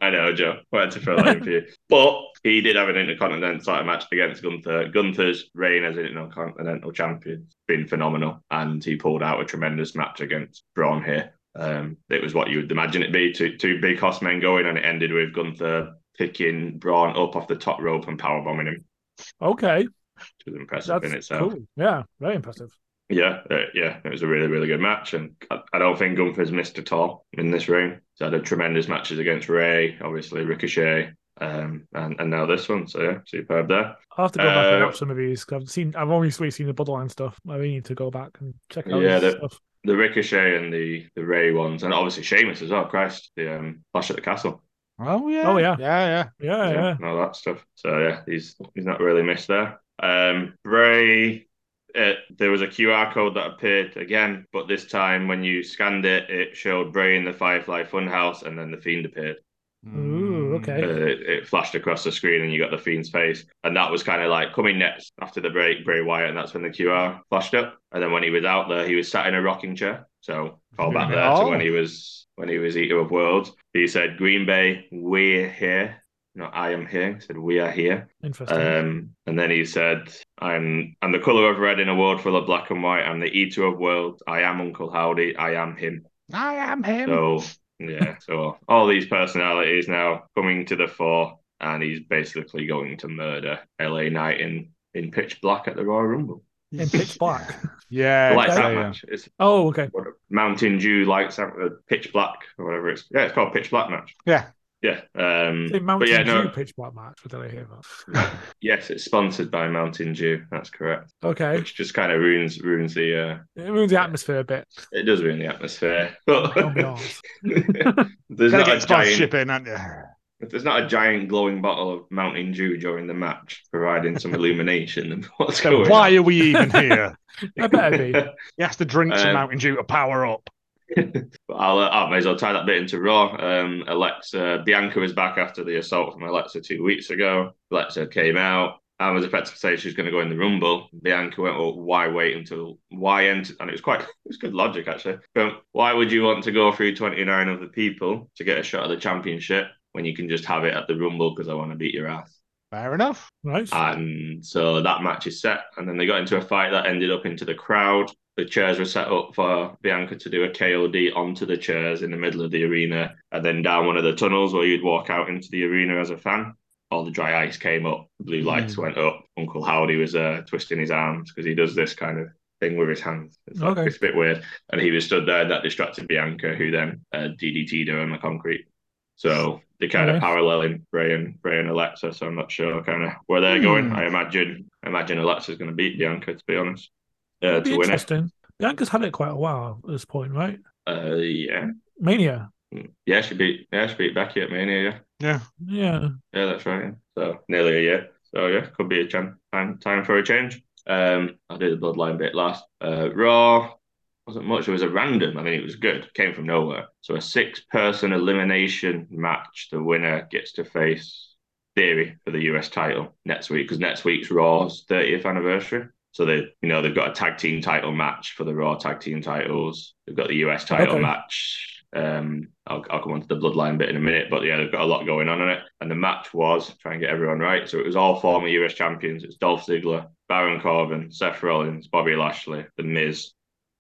S1: I know, Joe. Wanted to throw that in for you. But he did have an Intercontinental title match against Gunther. Gunther's reign as Intercontinental champion has been phenomenal, and he pulled out a tremendous match against Braun here. Um, it was what you would imagine it be two two big horse men going, and it ended with Gunther picking Braun up off the top rope and powerbombing him,
S2: Okay.
S1: which was impressive
S2: That's
S1: in itself.
S2: cool. Yeah, very impressive.
S1: Yeah, uh, yeah, it was a really, really good match, and I, I don't think Gunther's missed at all in this ring. He's had a tremendous matches against Ray, obviously Ricochet, um, and and now this one. So yeah, superb there.
S2: I'll have to go back and
S1: Uh,
S2: watch some of these. 'cause I've seen, I've only recently seen the Bloodline stuff. I really need to go back and check out
S1: Yeah,
S2: this
S1: that-
S2: stuff.
S1: The Ricochet and the the Ray ones, and obviously Sheamus as well. Christ, the um, Clash at the Castle,
S3: Oh yeah.
S2: Oh, yeah.
S3: Yeah, yeah.
S2: Yeah, yeah.
S1: and all that stuff. So yeah, he's he's not really missed there. Um, Ray. Uh, there was a QR code that appeared again, but this time when you scanned it, it showed Bray in the Firefly Funhouse, and then the Fiend appeared. Mm,
S2: Ooh, okay.
S1: uh, it, it flashed across the screen and you got the Fiend's face. And that was kind of like coming next after the break, Bray Wyatt, and that's when the QR flashed up. And then when he was out there, he was sat in a rocking chair. So call back there
S3: Oh.
S1: to when he was when he was Eater of Worlds. He said, Green Bay, we're here. Not I am here. He said, We are here.
S2: Interesting.
S1: Um, and then he said, "I'm I'm the color of red in a world full of black and white. I'm the eater of worlds. I am Uncle Howdy. I am him."
S3: I am him.
S1: So yeah, so all these personalities now coming to the fore, and he's basically going to murder LA Knight in in pitch black at the Royal Rumble.
S2: in pitch black.
S3: Yeah.
S1: I like
S2: okay.
S1: that
S3: yeah, yeah.
S1: match. It's
S2: Oh, okay.
S1: what, Mountain Dew lights out with pitch black or whatever it's. Yeah, it's called pitch black match.
S3: Yeah.
S1: Yeah. Um,
S2: The
S1: but
S2: Mountain
S1: yeah, no.
S2: Dew pitch black match. What did I hear about?
S1: Yes, it's sponsored by Mountain Dew. That's correct.
S2: Okay,
S1: Which just kind of ruins ruins the. Uh,
S2: it ruins the atmosphere a bit.
S1: it does ruin the atmosphere. But
S2: Ambiance.
S1: there's
S3: Gotta
S1: not a
S3: get
S1: giant
S3: sponsorship in, aren't you?
S1: If there's not a giant glowing bottle of Mountain Dew during the match, providing some illumination, then what's
S3: Then
S1: going
S3: why are we even here?
S2: I better be.
S1: on?
S3: He has to drink some
S1: Um,
S3: Mountain Dew to power up.
S1: But I'll, uh, I may as well tie that bit into Raw. Um, Alexa Bianca was back after the assault from Alexa two weeks ago. Alexa came out and was expected to say she was going to go in the Rumble. Bianca went, "Well, why wait until why enter?" And it was quite it was good logic actually. But why would you want to go through twenty nine of the people to get a shot at the championship when you can just have it at the Rumble because I want to beat your ass?
S3: Fair enough.
S2: Right.
S1: And so that match is set. And then they got into a fight that ended up into the crowd. The chairs were set up for Bianca to do a KOD onto the chairs in the middle of the arena and then down one of the tunnels where you'd walk out into the arena as a fan. All the dry ice came up, blue lights went up. Uncle Howdy was uh, twisting his arms because he does this kind of thing with his hands. It's, like,
S2: Okay.
S1: it's a bit weird. And he was stood there, and that distracted Bianca, who then uh, DDT'd her on the concrete. So they kind
S2: Okay.
S1: of paralleling Bray and Bray and Alexa. So I'm not sure kind of where they're
S3: Hmm.
S1: going. uh, I imagine I imagine Alexa's going to beat Bianca to be honest uh,
S2: It'd be
S1: to win it.
S2: interesting. Bianca's had it quite a while at this point, right?
S1: Uh, yeah,
S2: Mania.
S1: yeah, she beat yeah she beat Becky at Mania. Yeah,
S3: Yeah.
S2: Yeah.
S1: yeah, that's right. yeah. So nearly a year. So yeah, could be a chan- time time for a change. Um, I'll do the bloodline bit last. Uh, Raw wasn't much. It was a random. I mean, it was good. Came from nowhere. So a six-person elimination match. The winner gets to face Theory for the US title next week because next week's Raw's 30th anniversary. So they, you know, they've got a tag team title match for the Raw tag team titles. They've got the US title
S2: Okay.
S1: match. Um, I'll, I'll come on to the bloodline bit in a minute, but yeah, they've got a lot going on in it. And the match was try and get everyone right. So it was all former US champions. It's Dolph Ziggler, Baron Corbin, Seth Rollins, Bobby Lashley, The Miz,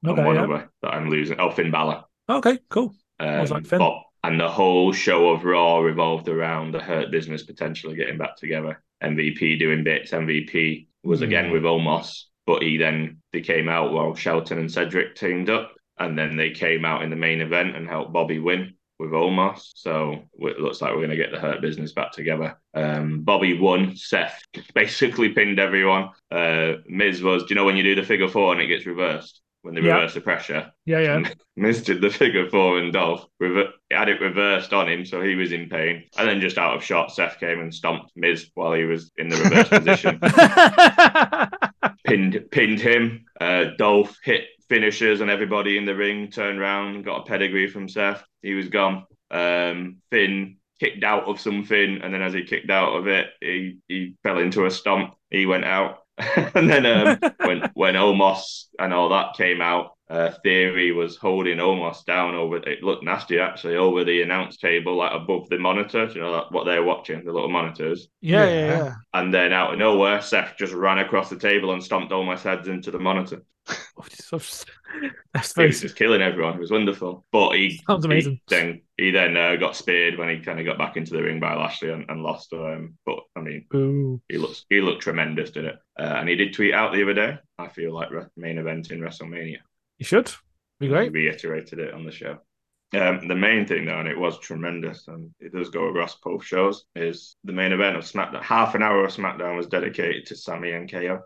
S1: and
S2: Okay.
S1: one
S2: yeah.
S1: other that I'm losing. Oh, Finn Balor.
S2: Okay. Cool.
S1: Um,
S2: was like Finn.
S1: but- and the whole show of Raw revolved around the Hurt Business potentially getting back together. MVP doing bits. MVP was
S3: Hmm.
S1: again with Omos, but he then they came out while Shelton and Cedric teamed up, and then they came out in the main event and helped Bobby win with Omos. So it looks like we're going to get the Hurt Business back together. Um, Bobby won. Seth basically pinned everyone. Uh, Miz was, do you know when you do the figure four and it gets reversed? when they
S2: Yeah.
S1: reverse the pressure.
S2: Yeah, yeah.
S1: Missed it, the figure four and Dolph rever- had it reversed on him, so he was in pain. And then just out of shot, Seth came and stomped Miz while he was in the reverse position, pinned pinned him. Uh, Dolph hit finishers and everybody in the ring, turned round, got a pedigree from Seth. He was gone. Um, Finn kicked out of something, and then as he kicked out of it, he, he fell into a stomp. He went out. and then um, when when Omos and all that came out, uh, Theory was holding Omos down over. It looked nasty actually over the announce table, like above the monitor. do You know that, what they're watching, the little monitors.
S2: yeah, yeah,
S1: And then out of nowhere, Seth just ran across the table and stomped Omos heads into the monitor.
S2: yeah. That's
S1: He
S2: very
S1: was just killing everyone. It was wonderful. But he,
S2: sounds amazing.
S1: he then he then uh, got speared when he kind of got back into the ring by Lashley and, and lost. Um, but I mean,
S2: Ooh.
S1: He looks he looked tremendous, did it? Uh, and he did tweet out the other day. I feel like re- main event in WrestleMania.
S2: You should. Be
S1: He
S2: great.
S1: reiterated it on the show. Um, the main thing though, and it was tremendous, and it does go across both shows, is the main event of SmackDown. Half an hour of SmackDown was dedicated to Sammy and KO.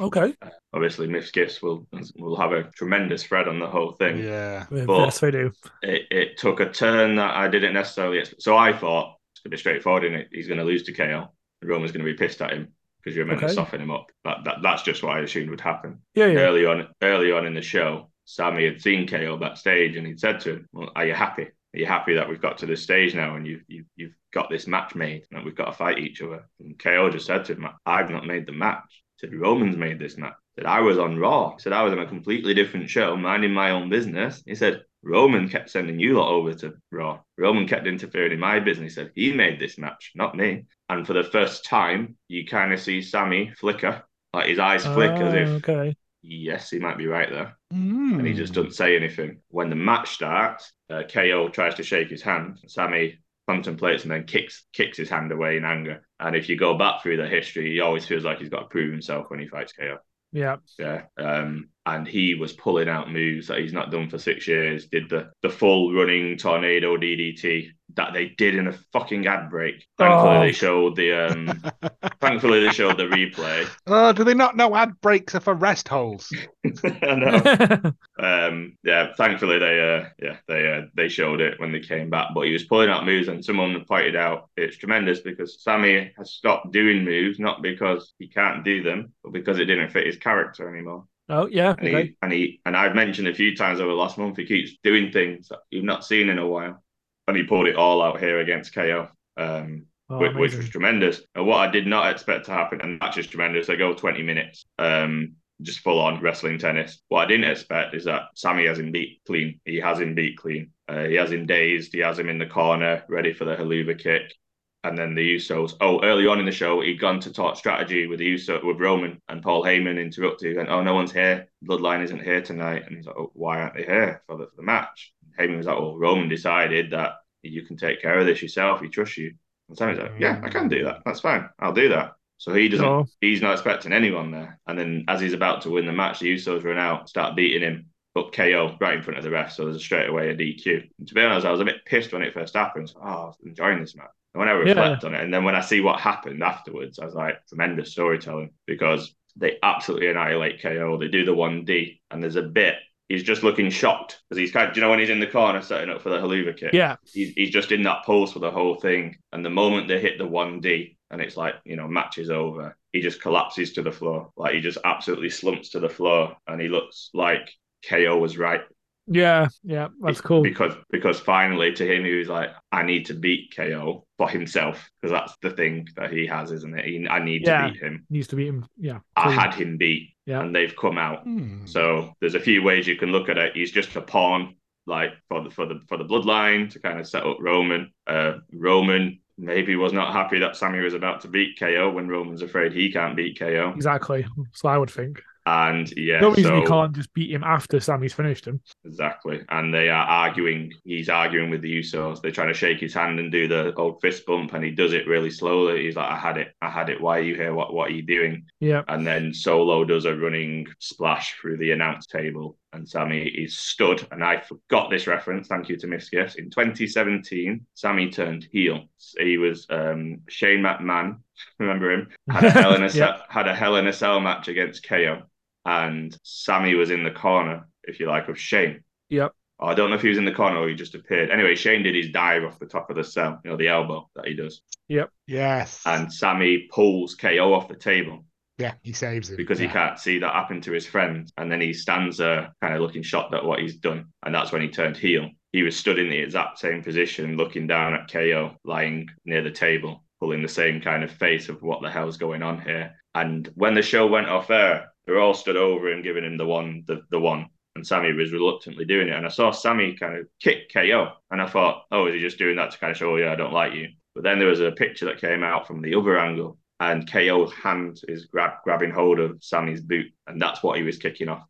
S2: Okay.
S1: Obviously, Miss Gifts will will have a tremendous thread on the whole thing.
S3: Yeah.
S1: But-
S2: Yes, they do.
S1: it, it took a turn that I didn't necessarily expect. So I thought it's going to be straightforward, and it? he's going to lose to KO. And Roman's going to be pissed at him because you're meant
S2: Okay.
S1: to soften him up. That, that that's just what I assumed would happen.
S2: Yeah, yeah.
S1: Early on, early on in the show, Sammy had seen KO backstage, and he'd said to him, well, "Are you happy? Are you happy that we've got to this stage now, and you, you you've got this match made, and we've got to fight each other?" And KO just said to him, "I've not made the match. He said Roman's made this match." He Said I was on Raw. He Said I was on a completely different show, minding my own business. He said Roman kept sending you lot over to Raw. Roman kept interfering in my business. He said he made this match, not me. And for the first time, you kind of see Sammy flicker, like his eyes flick as
S2: Ah,
S1: if
S2: Okay.
S1: yes, he might be right there.
S2: Hmm.
S3: Mm.
S1: And he just doesn't say anything. When the match starts, uh, KO tries to shake his hand. Sammy contemplates and then kicks kicks his hand away in anger. And if you go back through the history, he always feels like he's got to prove himself when he fights KO.
S2: Yeah.
S1: Yeah. Um, and he was pulling out moves that he's not done for six years. Did the the full running tornado DDT that they did in a fucking ad break. Thankfully,
S2: Oh.
S1: they showed the um, thankfully they showed the replay.
S3: Oh, do they not know ad breaks are for rest holes?
S1: I know. Um, yeah, thankfully they, uh, yeah, they, uh, they showed it when they came back. But he was pulling out moves, and someone pointed out it's tremendous because Sammy has stopped doing moves not because he can't do them, but because it didn't fit his character anymore.
S2: oh, yeah.
S1: And
S2: Okay.
S1: he, and he, and I've mentioned a few times over the last month, he keeps doing things that you've not seen in a while, and he pulled it all out here against KO. Um,
S2: Oh,
S1: which, which
S2: amazing.
S1: was tremendous. And what I did not expect to happen, and that's just tremendous. They go 20 minutes, um, just full on wrestling tennis. What I didn't expect is that Sammy has him beat clean. He has him beat clean. Uh, he has him dazed. He has him in the corner, ready for the haluva kick. And then the Usos. Oh, early on in the show, he'd gone to talk strategy with the Uso with Roman and Paul Heyman interrupted and oh, no one's here. Bloodline isn't here tonight. And he's like, oh, why aren't they here for the, for the match? Heyman was like, well, Roman decided that you can take care of this yourself. He trusts you. And Sammy's like, yeah, I can do that. That's fine. I'll do that. So he doesn't.
S2: Oh,
S1: He's not expecting anyone there. And then as he's about to win the match, the Usos run out, start beating him, but KO right in front of the ref. So there's a straight away a DQ. And to be honest, I was a bit pissed when it first happened. So, oh, I was enjoying this match. And when I reflect on it, and then when I see what happened afterwards, I was like, tremendous storytelling because they absolutely annihilate KO. They do the 1D, and there's a bit. He's just looking shocked because he's kind of, do you know, when he's in the corner setting up for the haluva kick?
S2: yeah.
S1: he's, he's just in that pulse for the whole thing. And the moment they hit the 1D and it's like, you know, match is over, he just collapses to the floor. Like he just absolutely slumps to the floor and he looks like KO was right.
S2: Yeah. Yeah. That's cool.
S1: Because because finally to him he was like, I need to beat KO for himself. Because that's the thing that he has, isn't it? He, I need
S2: Yeah.
S1: to beat him.
S2: Needs to be him. Yeah.
S1: I Ah,
S2: cool.
S1: had him beat.
S2: Yeah.
S1: And they've come out
S3: Hmm.
S1: so there's a few ways you can look at it. He's just a pawn, like for the for the for the bloodline to kind of set up Roman. Uh, Roman maybe was not happy that Sammy was about to beat KO when Roman's afraid he can't beat KO.
S2: Exactly. So I would think.
S1: And yeah,
S2: no reason
S1: so,
S2: you can't just beat him after Sammy's finished him.
S1: exactly. And they are arguing. He's arguing with the Usos. They're trying to shake his hand and do the old fist bump, and he does it really slowly. He's like, "I had it. I had it. Why are you here? What What are you doing?"
S2: Yeah.
S1: And then Solo does a running splash through the announce table, and Sammy is stood. And I forgot this reference. Thank you to Miss Gifts. In 2017, Sammy turned heel. He was um, Shane McMahon. Remember him? Had a Hell in a Cell, had a Hell in a Cell match against KO, and Sammy was in the corner, if you like, of Shane.
S2: Yep.
S1: I don't know if he was in the corner or he just appeared. Anyway, Shane did his dive off the top of the cell, you know, the elbow that he does.
S3: Yes.
S1: And Sammy pulls KO off the table
S3: yeah, he saves him.
S1: because
S3: yeah.
S1: he can't see that happen to his friends. And then he stands there, kind of looking shocked at what he's done. And that's when he turned heel. He was stood in the exact same position, looking down at KO, lying near the table, pulling the same kind of face of what the hell's going on here. And when the show went off air, they were all stood over him, giving him the one, the, the one. And Sammy was reluctantly doing it. And I saw Sammy kind of kick KO. And I thought, oh, is he just doing that to kind of show, oh, yeah, I don't like you? But then there was a picture that came out from the other angle and KO's hand is grab, grabbing hold of Sammy's boot, and that's what he was kicking off.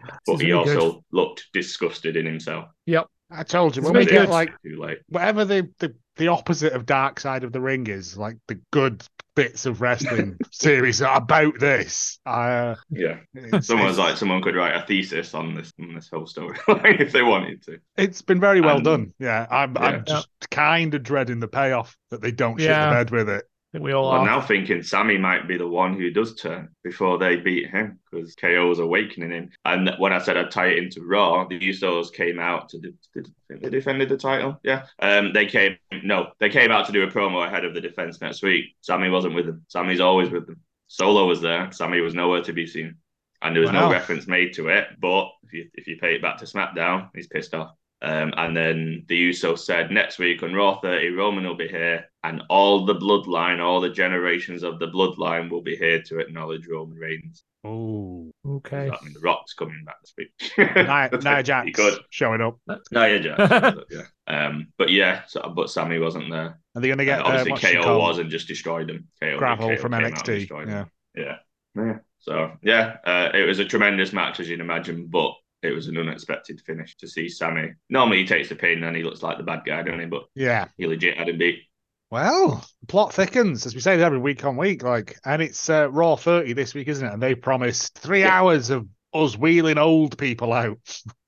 S1: But
S2: is
S1: he
S2: really good.
S1: also looked disgusted in himself.
S3: I told you
S2: It's
S3: when we
S2: very
S3: get
S2: good.
S3: like
S1: Too late.
S3: whatever the, the the opposite of dark side of the ring is, like the good bits of wrestling series are about this. I, uh,
S1: Yeah,
S3: it's,
S1: someone was
S3: it's-
S1: like, someone could write a thesis on this on this whole storyline if they wanted to.
S3: it's been very well
S1: Um,
S3: done. Yeah, I'm
S1: yeah.
S3: I'm just kind of dreading the payoff that they don't
S2: Yeah.
S3: shit the bed with it.
S2: I think we all
S1: I'm
S2: are.
S1: now thinking Sammy might be the one who does turn before they beat him because KO's awakening him. And when I said I'd tie it into Raw, the Usos came out to, de- to de- I think they defended the title. Yeah, um, they came no, they came out to do a promo ahead of the defense next week. Sammy wasn't with them. Sammy's always with them. Solo was there. Sammy was nowhere to be seen, and there was
S3: Wow.
S1: no reference made to it. But if you if you pay it back to SmackDown, he's pissed off. Um, and then the Usos said next week on Raw 30, Roman will be here, and all the bloodline, all the generations of the bloodline will be here to acknowledge Roman Reigns.
S3: Oh,
S1: Does
S2: Okay.
S1: that mean the Rock's coming back this week?
S3: Nia, Nia
S1: He
S3: Jax
S1: could.
S3: showing up.
S1: Nia Jax. yeah. Um, but yeah, so, but Sammy wasn't there.
S3: Are they going to
S1: Yeah,
S3: get uh,
S1: obviously,
S3: what's she
S1: KO
S3: called?
S1: was and just destroyed him. KO,
S3: gravel
S1: KO
S3: from
S1: came out and destroyed
S3: NXT?
S1: him.
S3: Yeah.
S1: Yeah. So yeah, uh, it was a tremendous match as you'd imagine, but it was an unexpected finish to see Sammy. Normally he takes the pin and he looks like the bad guy, don't he? But
S3: Yeah.
S1: he legit had him beat.
S3: Well, the plot thickens, as we say every week on week. Like, and it's uh, Raw 30 this week, isn't it? And they promised three
S1: Yeah.
S3: hours of us wheeling old people out.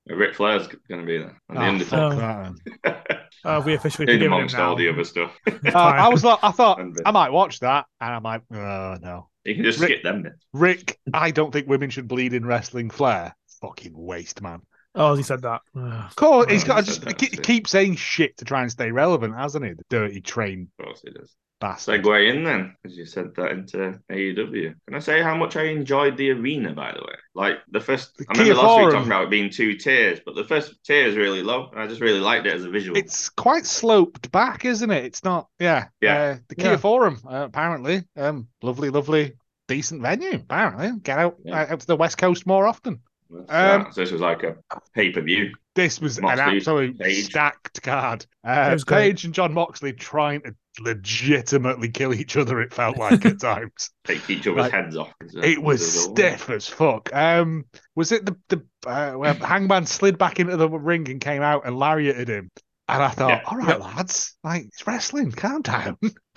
S1: Ric Flair's going to be there. And the
S3: Ah,
S1: Undertaker.
S3: fuck that.
S2: Uh, we officially
S1: In
S2: forgiven him
S1: amongst
S2: now.
S1: all the other stuff.
S3: Uh, I was like, I thought
S1: And,
S3: I
S1: uh,
S3: might watch that, and I'm like, oh no,
S1: you can just
S3: Ric-
S1: skip them. bits.
S3: Rick, I don't think women should bleed in wrestling flair. Fucking waste, man.
S2: Oh, he said that. Ugh.
S3: Of course,
S1: Oh,
S3: he's got to
S1: he said
S3: just
S1: that,
S3: keep,
S1: too.
S3: keep saying shit to try and stay relevant, hasn't he? The dirty train
S1: Of course it is.
S3: bastard.
S1: Segue in then, because you said that into AEW. Can I say how much I enjoyed the arena, by the way? Like the first,
S3: The
S1: I remember
S3: Kia
S1: last week
S3: Forum.
S1: talking about it being two tiers, but the first tier is really low, and I just really liked it as a visual.
S3: It's quite sloped back, isn't it? It's not, yeah,
S1: Yeah.
S3: Uh, the Kia
S2: Yeah.
S3: Forum, uh, apparently, um, lovely, lovely, decent venue. Apparently, get out uh,
S1: Yeah.
S3: out to the West Coast more often.
S1: That's
S3: um,
S1: that. so this was like a pay per view.
S3: This was an
S1: Moxley,
S3: absolute
S1: Page.
S3: stacked card. Uh,
S2: It was great.
S3: Page and John Moxley trying to legitimately kill each other. It felt like at times.
S1: Take each other's
S3: Like,
S1: heads off. Is
S3: It was
S1: is all.
S3: stiff as fuck. Um, was it the the uh, where Hangman slid back into the ring and came out and lariated him? And I thought,
S1: Yeah.
S3: all right, lads, like it's wrestling. Calm down.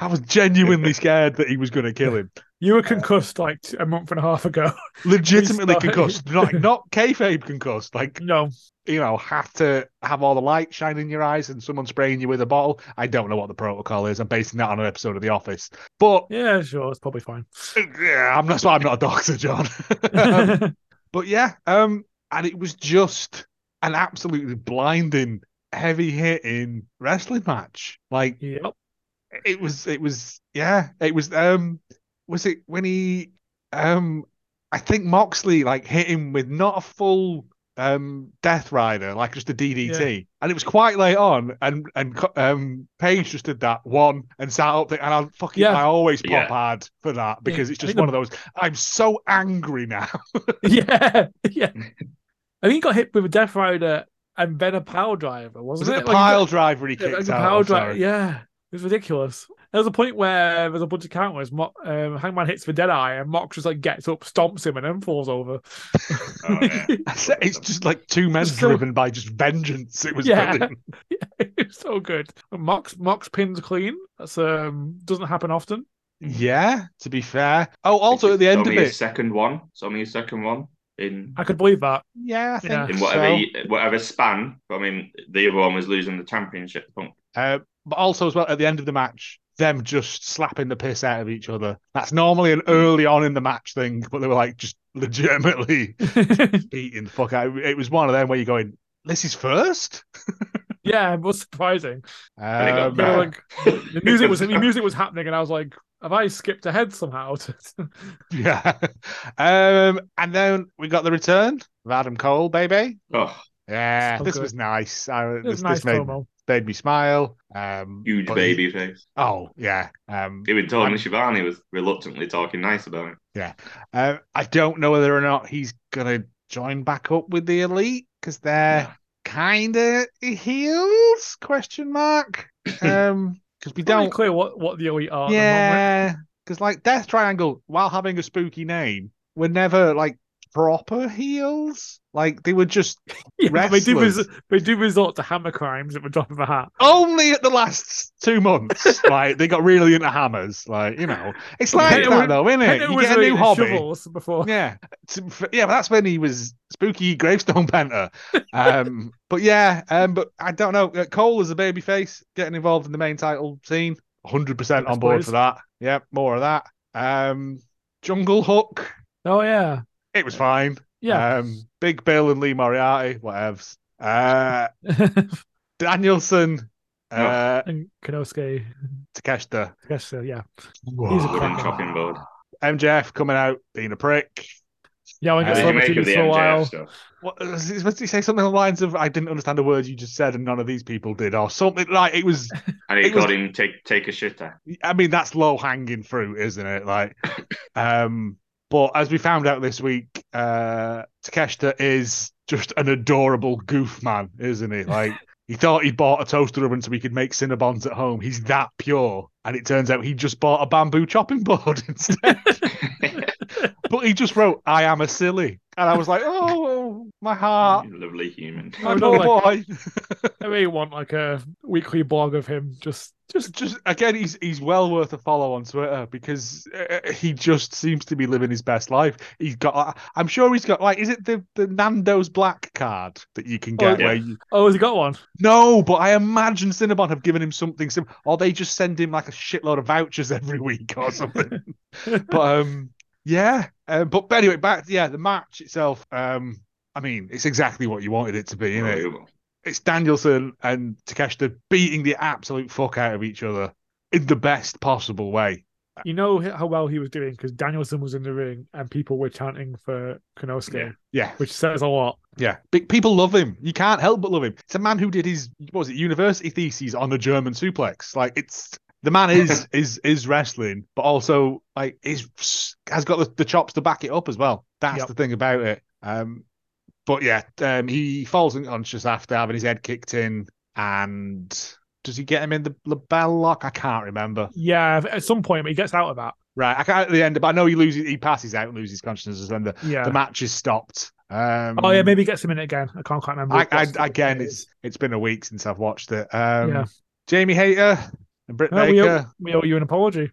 S3: I was genuinely scared that he was going to kill him.
S2: You were concussed like t- a month and a half ago.
S3: Legitimately
S2: He's not-
S3: concussed, like not kayfabe concussed. Like
S2: no,
S3: you know, have to have all the light shine in your eyes and someone spraying you with a bottle. I don't know what the protocol is. I'm basing that on an episode of The Office, but
S2: yeah, sure, it's probably fine.
S3: yeah, I'm that's why I'm not a doctor, John. Um, But yeah, um, and it was just an absolutely blinding, heavy hitting wrestling match. Like
S2: yep.
S3: it was, it was, yeah, it was. Um, was it when he, um, I think Moxley like hit him with not a full um Death Rider, like just a DDT, and it was quite late on, and and co- um Paige just did that one and sat up there, and I fucking
S2: Yeah.
S3: I always pop
S1: Yeah.
S3: hard for that because it's
S2: I
S3: just
S2: think
S3: one of those. I'm so angry now.
S2: yeah, yeah. I think he got hit with a Death Rider and then a power driver,
S3: Was
S2: wasn't
S3: it
S2: Like,
S3: the
S2: he got-
S3: pile driver he
S2: Yeah,
S3: kicked
S2: like the
S3: out?
S2: power
S3: of?
S2: dri-
S3: Sorry.
S2: Yeah, it was ridiculous. There was a point where there's a bunch of counters. Mo- um, Hangman hits for Deadeye, and Mox just like gets up, stomps him, and then falls over.
S1: Oh, yeah.
S3: I said It's just like two men
S2: Just go-
S3: driven by just vengeance. It was
S2: Yeah.
S3: brilliant.
S2: it's so good. And Mox Mox pins clean. That's um doesn't happen often.
S3: Yeah, to be fair. Oh, also at the end of
S1: Saw me his
S3: it.
S1: second one. Saw me his second one in
S2: I could believe that.
S3: Yeah, I think
S2: Yeah.
S1: in whatever
S3: so.
S1: ye- whatever span. I mean, the other one was losing the championship. Punk.
S3: Uh, but also as well at the end of the match, them just slapping the piss out of each other. That's normally
S2: Mm.
S3: an early on in the match thing, but they were like just legitimately beating the fuck out. It was one of them where you're going, this is first.
S2: yeah, it was surprising.
S1: And it got
S3: Um,
S2: But,
S1: bad.
S2: like, the music was the music was happening, and I was like, "Have I skipped ahead somehow?"
S3: yeah. Um, and then we got the return of Adam Cole, baby.
S1: Oh,
S3: Yeah,
S2: So
S3: this
S2: good.
S3: was nice. I,
S2: it
S3: this
S2: was a nice
S3: this made,
S2: promo.
S3: made me smile. Um,
S1: huge
S3: but-
S1: baby face.
S3: Oh yeah. Um,
S1: Even Tony
S3: I'm-
S1: Schiavone was reluctantly talking nice about him.
S3: Uh, I don't know whether or not he's gonna join back up with the elite because they're kind of heels? Question mark. Um, because we
S2: It's not really
S3: don't.
S2: clear what what the elite are. at the moment.
S3: yeah, because like Death Triangle, while having a spooky name, were never like proper heels. Like they were just
S2: yeah but they do
S3: Wrestlers.
S2: res- they do resort to hammer crimes at the drop of a hat.
S3: only at the last two months. like they got really into hammers. Like you know, it's like
S2: Penta
S3: that
S2: was-
S3: though, isn't
S2: And
S3: it? You
S2: was
S3: get a
S2: really
S3: new hobby.
S2: shovels before.
S3: Yeah, T- f- yeah, but that's when he was spooky gravestone painter. Um, but yeah, um, but I don't know. Uh, Cole as a baby face getting involved in the main title scene, hundred percent
S2: Yes,
S3: on board
S2: please.
S3: for that. Yeah, more of that. Um, Jungle Hook,
S2: Oh yeah,
S3: it was fine.
S2: yeah.
S3: Um, Big Bill and Lee Moriarty, whatevs. Uh, Danielson, uh,
S2: and Kanosuke,
S3: Takeshita.
S2: I guess, uh, yeah,
S1: He's
S2: He's
S1: a
S2: a
S1: wooden
S2: cracker.
S1: chopping board.
S3: MJF coming out being a prick.
S2: yeah. I
S3: Uh,
S1: What
S2: got
S1: did you make of
S2: celebrities
S1: the
S2: for a
S1: MJF
S2: while.
S1: stuff?
S3: What was he supposed to say something along the lines of "I didn't understand a word you just said, and none of these people did," or something like it was.
S1: And he
S3: It was-
S1: called him take take a shitter.
S3: I mean, that's low hanging fruit, isn't it? Like, um, but as we found out this week, uh, Takeshita is just an adorable goof man, isn't he? Like, he thought he'd bought a toaster oven so he could make cinnabons at home. He's that pure, and it turns out he just bought a bamboo chopping board instead. but he just wrote, "I am a silly," and I was like, "Oh, my heart."
S1: Lovely human.
S3: My
S2: I would
S3: poor
S2: like-
S3: boy.
S2: I really want like a weekly blog of him just just
S3: just again he's he's well worth a follow on twitter because uh, he just seems to be living his best life he's got i'm sure he's got like is it the the nando's black card that you can
S2: Oh,
S3: get
S1: yeah.
S3: where you
S2: oh has he got one?
S3: no but i imagine cinnabon have given him something sim or they just send him like a shitload of vouchers every week or something but um yeah um, but anyway back yeah the match itself um i mean it's exactly what you wanted it to be isn't it
S1: Unbelievable.
S3: it's Danielson and Takeshita beating the absolute fuck out of each other in the best possible way.
S2: You know how well he was doing because Danielson was in the ring and people were chanting for Kanosuke,
S1: Yeah.
S3: Yeah,
S2: which says a lot.
S3: yeah. Big people love him. You can't help but love him. It's a man who did his what was it university theses on a German suplex. Like it's the man is is is wrestling, but also like is has got the, the chops to back it up as well. That's
S2: Yep.
S3: the thing about it. Um, but yeah, um, he falls unconscious after having his head kicked in, and does he get him in the label lock? I can't remember.
S2: Yeah, at some point he gets out of that.
S3: Right, I can't at the end, but I know he loses. He passes out and loses consciousness, and the,
S2: Yeah.
S3: the match is stopped. Um,
S2: oh yeah, maybe he gets him in it again. I can't quite remember.
S3: I,
S2: what-
S3: I,
S2: what's the-
S3: again, it's it's been a week since I've watched it. Um,
S2: Yeah.
S3: Jamie Hayter and Britt
S2: No, we, owe,
S3: Baker.
S2: we owe you an apology.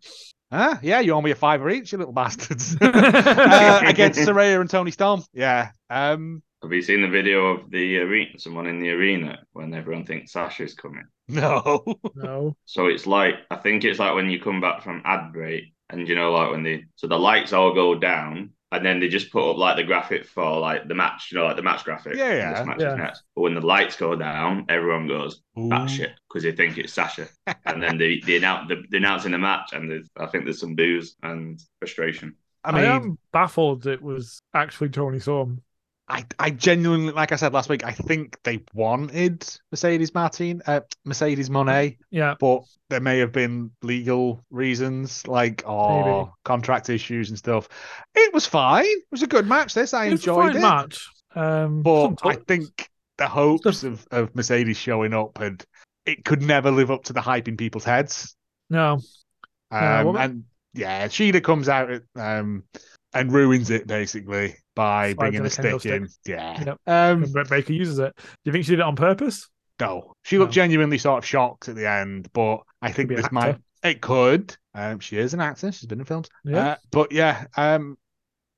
S3: Huh? Yeah, you owe me a fiver each, you little bastards. uh, against Soraya and Tony Storm. Yeah. Um,
S1: Have you seen the video of the arena? Someone in the arena when everyone thinks Sasha's coming.
S3: no.
S2: no.
S1: So it's like I think it's like when you come back from ad break, and you know, like when the so the lights all go down, and then they just put up like the graphic for like the match, you know, like the match graphic.
S3: Yeah, yeah,
S1: This match
S2: yeah.
S1: is next. But when the lights go down, everyone goes that shit because they think it's Sasha, and then they they announce the, they announcing the match, and there's, I think there's some booze and frustration.
S3: I
S2: I,
S3: mean,
S2: am baffled it was actually Tony Storm.
S3: I, I genuinely, like I said last week, I think they wanted Mercedes Martin, uh, Mercedes Monet.
S2: Yeah.
S3: but there may have been legal reasons like or contract issues and stuff. It was fine. It was a good match. This I
S2: It was a
S3: enjoyed
S2: fine
S3: it,
S2: match. Um,
S3: but
S2: sometimes-
S3: I think the hopes of, of Mercedes showing up and it could never live up to the hype in people's heads.
S2: no.
S3: Um,
S2: Yeah, well-
S3: and yeah, Sheeta comes out at, um, and ruins it basically by
S2: Slides
S3: bringing
S2: in
S3: the
S2: a kendo
S3: stick in. Yeah.
S2: Yep.
S3: Um,
S2: And Brett Baker uses it. Do you think she did it on purpose?
S3: No, she looked
S2: No.
S3: genuinely sort of shocked at the end, but I think
S2: be an
S3: this
S2: actor.
S3: might it could. Um, she is an actor; she's been in films.
S2: Yeah.
S3: Uh, but yeah, um,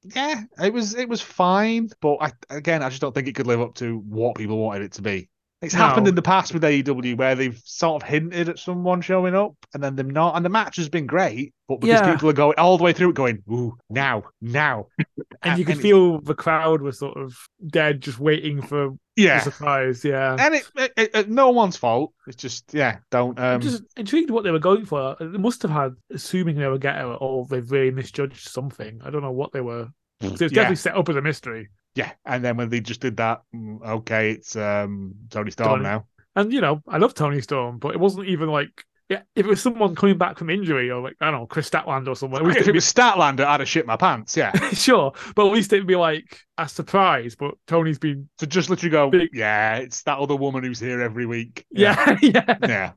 S3: yeah, it was it was fine, but I again I just don't think it could live up to what people wanted it to be. It's
S2: No.
S3: happened in the past with AEW where they've sort of hinted at someone showing up and then them not. And the match has been great, but because
S2: Yeah.
S3: people are going all the way through it, going, ooh, now, now.
S2: and you could
S3: it-
S2: feel the crowd was sort of dead, just waiting for
S3: Yeah.
S2: the surprise. Yeah,
S3: And it, it, it, it- no one's fault. It's just, yeah, don't. Um,
S2: I'm just intrigued what they were going for. They must have had, assuming they were getting it, or they've really misjudged something. I don't know what they were. 'Cause It was
S3: Yeah.
S2: definitely set up as a mystery.
S3: yeah. And then when they just did that, mm, okay, it's um, Tony Storm
S2: Tony.
S3: now.
S2: And you know, I love Tony Storm, but it wasn't even like yeah, if it was someone coming back from injury or like I don't know Chris Statland or someone. At least
S3: If it
S2: it'd
S3: was Statlander, I'd have shit my pants. Yeah.
S2: be, sure, but at least it'd be like a surprise. But Tony's been
S3: To just literally go,
S2: Big-
S3: yeah, it's that other woman who's here every week.
S2: yeah yeah
S3: Yeah. yeah.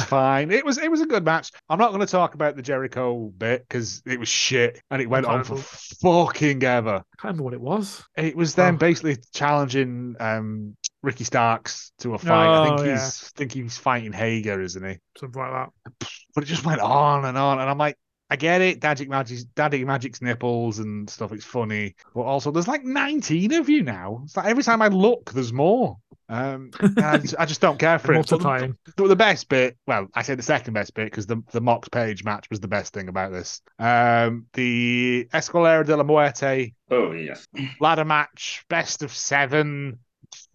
S2: yeah.
S3: fine. It was it was a good match. I'm not going to talk about the Jericho bit because it was shit and it went on for fucking ever.
S2: I can't remember what it was.
S3: It was them
S2: Oh.
S3: basically challenging um, Ricky Starks to a fight. I think
S2: Oh,
S3: he's
S2: yeah.
S3: think he's fighting Hager, isn't he?
S2: Something like that.
S3: But it just went on and on, and I'm like. I get it, Daddy Magic's, Daddy Magic's nipples and stuff. It's funny, but also there's like 19 of you now. It's like every time I look, there's more. Um, and I, just, I just don't care for it. But the-
S2: Multiplying.
S3: the, the best bit, well, I say the second best bit because the the Mox Page match was the best thing about this. Um, the Escalera de la Muerte
S1: Oh yes.
S3: ladder match, best of seven,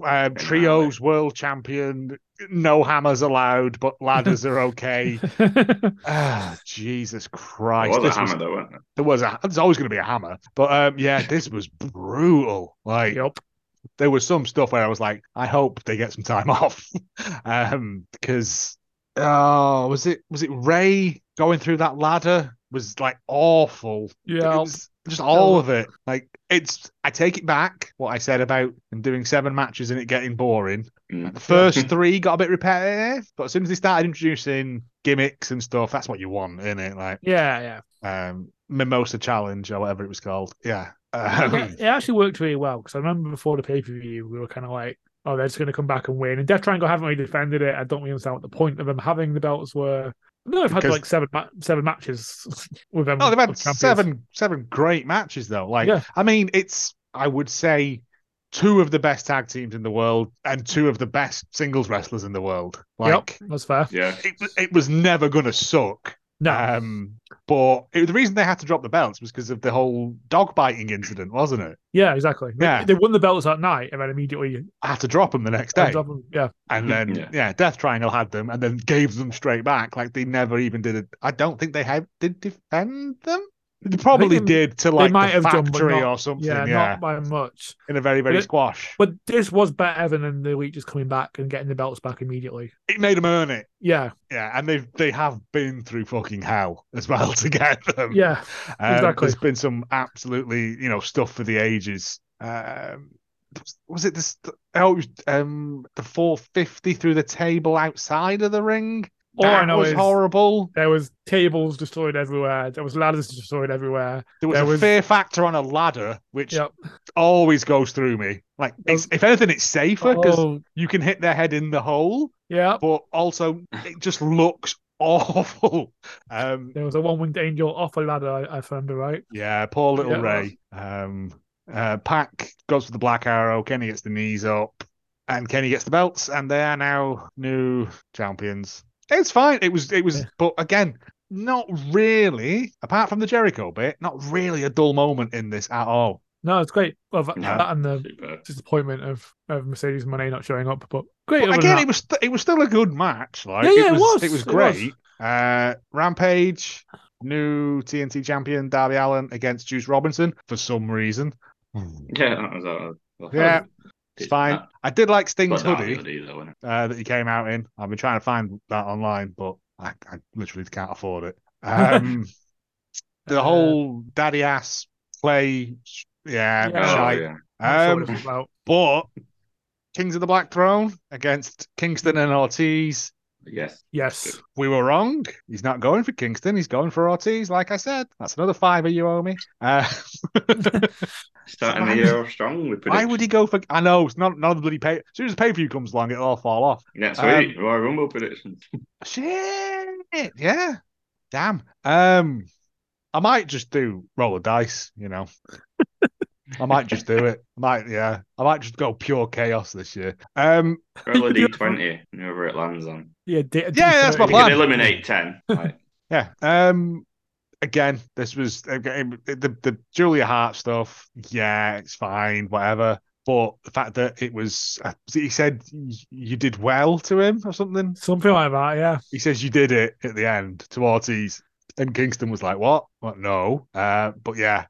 S3: um, trios world champion. No hammers allowed, but ladders are okay. Ah, Jesus
S1: I
S3: Christ!
S1: was a
S3: this was-
S1: hammer though, wasn't it?
S3: there was a. There's always going to be a hammer, but um, yeah, this was brutal. Like
S2: Yup.
S3: there was some stuff where I was like, I hope they get some time off, um, because oh, was it was it Ray going through that ladder was like awful. It
S2: Yeah.
S3: was just all of it. Like it's, I take it back what I said about them doing seven matches and it getting boring.
S1: Mm.
S3: The first three got a bit repetitive, but as soon as they started introducing gimmicks and stuff, that's what you want, isn't it? Like
S2: Yeah, yeah.
S3: um, Mimosa Challenge or whatever it was called. Yeah.
S2: Yeah,
S3: Um,
S2: it actually worked really well because I remember before the pay per view, we were kind of like, oh, they're just going to come back and win. And Death Triangle haven't really defended it. I don't really understand what the point of them having the belts were. No, I've had
S3: Because-
S2: like seven ma- seven matches with them.
S3: No, they've had
S2: as champions.
S3: seven seven great matches though. Like
S2: Yeah.
S3: I mean, it's I would say two of the best tag teams in the world and two of the best singles wrestlers in the world. Like
S2: yep, that's fair.
S1: Yeah.
S3: it, it was never gonna suck.
S2: No,
S3: Um but it, the reason they had to drop the belts was because of the whole dog biting incident, wasn't it?
S2: yeah, exactly. They-
S3: yeah.
S2: they won the belts that night and then immediately
S3: I had to drop them the next day.
S2: drop 'em. Mm-hmm. Yeah,
S3: And then yeah.
S1: Yeah.
S3: Death Triangle had them and then gave them straight back. Like they never even did it. I don't think they had did defend them. They probably
S2: they-
S3: did to like
S2: might
S3: the
S2: have done, but
S3: factory
S2: not-
S3: or something.
S2: yeah,
S3: Yeah,
S2: not by much.
S3: in a very very
S2: But it-
S3: squash.
S2: But this was better than the elite just coming back and getting the belts back immediately.
S3: It made them earn it.
S2: Yeah,
S3: Yeah, and they've they have been through fucking hell as well to get them.
S2: yeah,
S3: Um,
S2: exactly.
S3: There's been some absolutely, you know, stuff for the ages. Um, was it this? Oh, it was, um, the 450 through the table outside of the ring.
S2: All I
S3: That
S2: know
S3: was
S2: is-
S3: horrible.
S2: There was tables destroyed everywhere. There was ladders destroyed everywhere.
S3: There was
S2: there
S3: a
S2: was-
S3: fear factor on a ladder, which
S2: Yep.
S3: always goes through me. Like, it's, if anything, it's safer because
S2: Oh,
S3: you can hit their head in the hole,
S2: yeah.
S3: but also it just looks awful. Um,
S2: There was a one winged angel off a ladder, I, I remember, right?
S3: Yeah, poor little
S2: Yeah.
S3: Ray. Um, uh, Pack goes for the black arrow. Kenny gets the knees up, and Kenny gets the belts, and they are now new champions. It's fine. It was. It was.
S2: Yeah.
S3: But again, not really. Apart from the Jericho bit, not really a dull moment in this at all.
S2: No, it's great. Well, that,
S1: No.
S2: that and the
S1: Superb.
S2: disappointment of, of Mercedes Monet not showing up, but great.
S3: But
S2: other
S3: again,
S2: than
S3: it was. st- It was still a good match. Like
S2: Yeah, yeah, it was,
S3: It was
S2: it was.
S3: great. Uh, Rampage, new TNT champion Darby Allen against Juice Robinson for some reason.
S1: Yeah, that was that was-
S3: Yeah,
S1: that was-
S3: It's fine. I did like Sting's
S1: But that
S3: hoodie.
S1: hoodie though, wasn't
S3: uh, that he came out in. I've been trying to find that online, but I, I literally can't afford it. Um, the
S2: Uh,
S3: whole daddy ass play, yeah,
S1: it?
S2: Yeah.
S1: Oh,
S3: shite.
S1: yeah.
S2: that, I'm not sure what
S3: Um,
S2: it's about.
S3: but Kings of the Black Throne against Kingston and Ortiz.
S1: Yes.
S2: Yes.
S3: We were wrong. He's not going for Kingston. He's going for Ortiz. Like I said, that's another fiver you owe me. Uh,
S1: Starting
S3: Why
S1: the year off strong with
S3: why would he go for? I know it's not another bloody pay. As soon as pay per view comes along, it'll all fall off.
S1: Next
S3: um,
S1: week, Royal Rumble predictions.
S3: Shit. Yeah. Damn. Um, I might just do roll a dice. You know, I might just do it. I might, yeah. I might just go pure chaos this year. Um,
S1: Roll a d20, and whoever it lands on.
S2: Yeah, d- d-
S3: Yeah, that's my
S1: You can
S3: plan.
S1: eliminate 10. Like,
S3: yeah. Um, again, this was again, the the Julia Hart stuff. Yeah, it's fine, whatever. But the fact that it was, uh, he said you did well to him or something.
S2: Something like that, yeah.
S3: He says you did it at the end to Ortiz, and Kingston was like, "What? What? No." Uh, but yeah,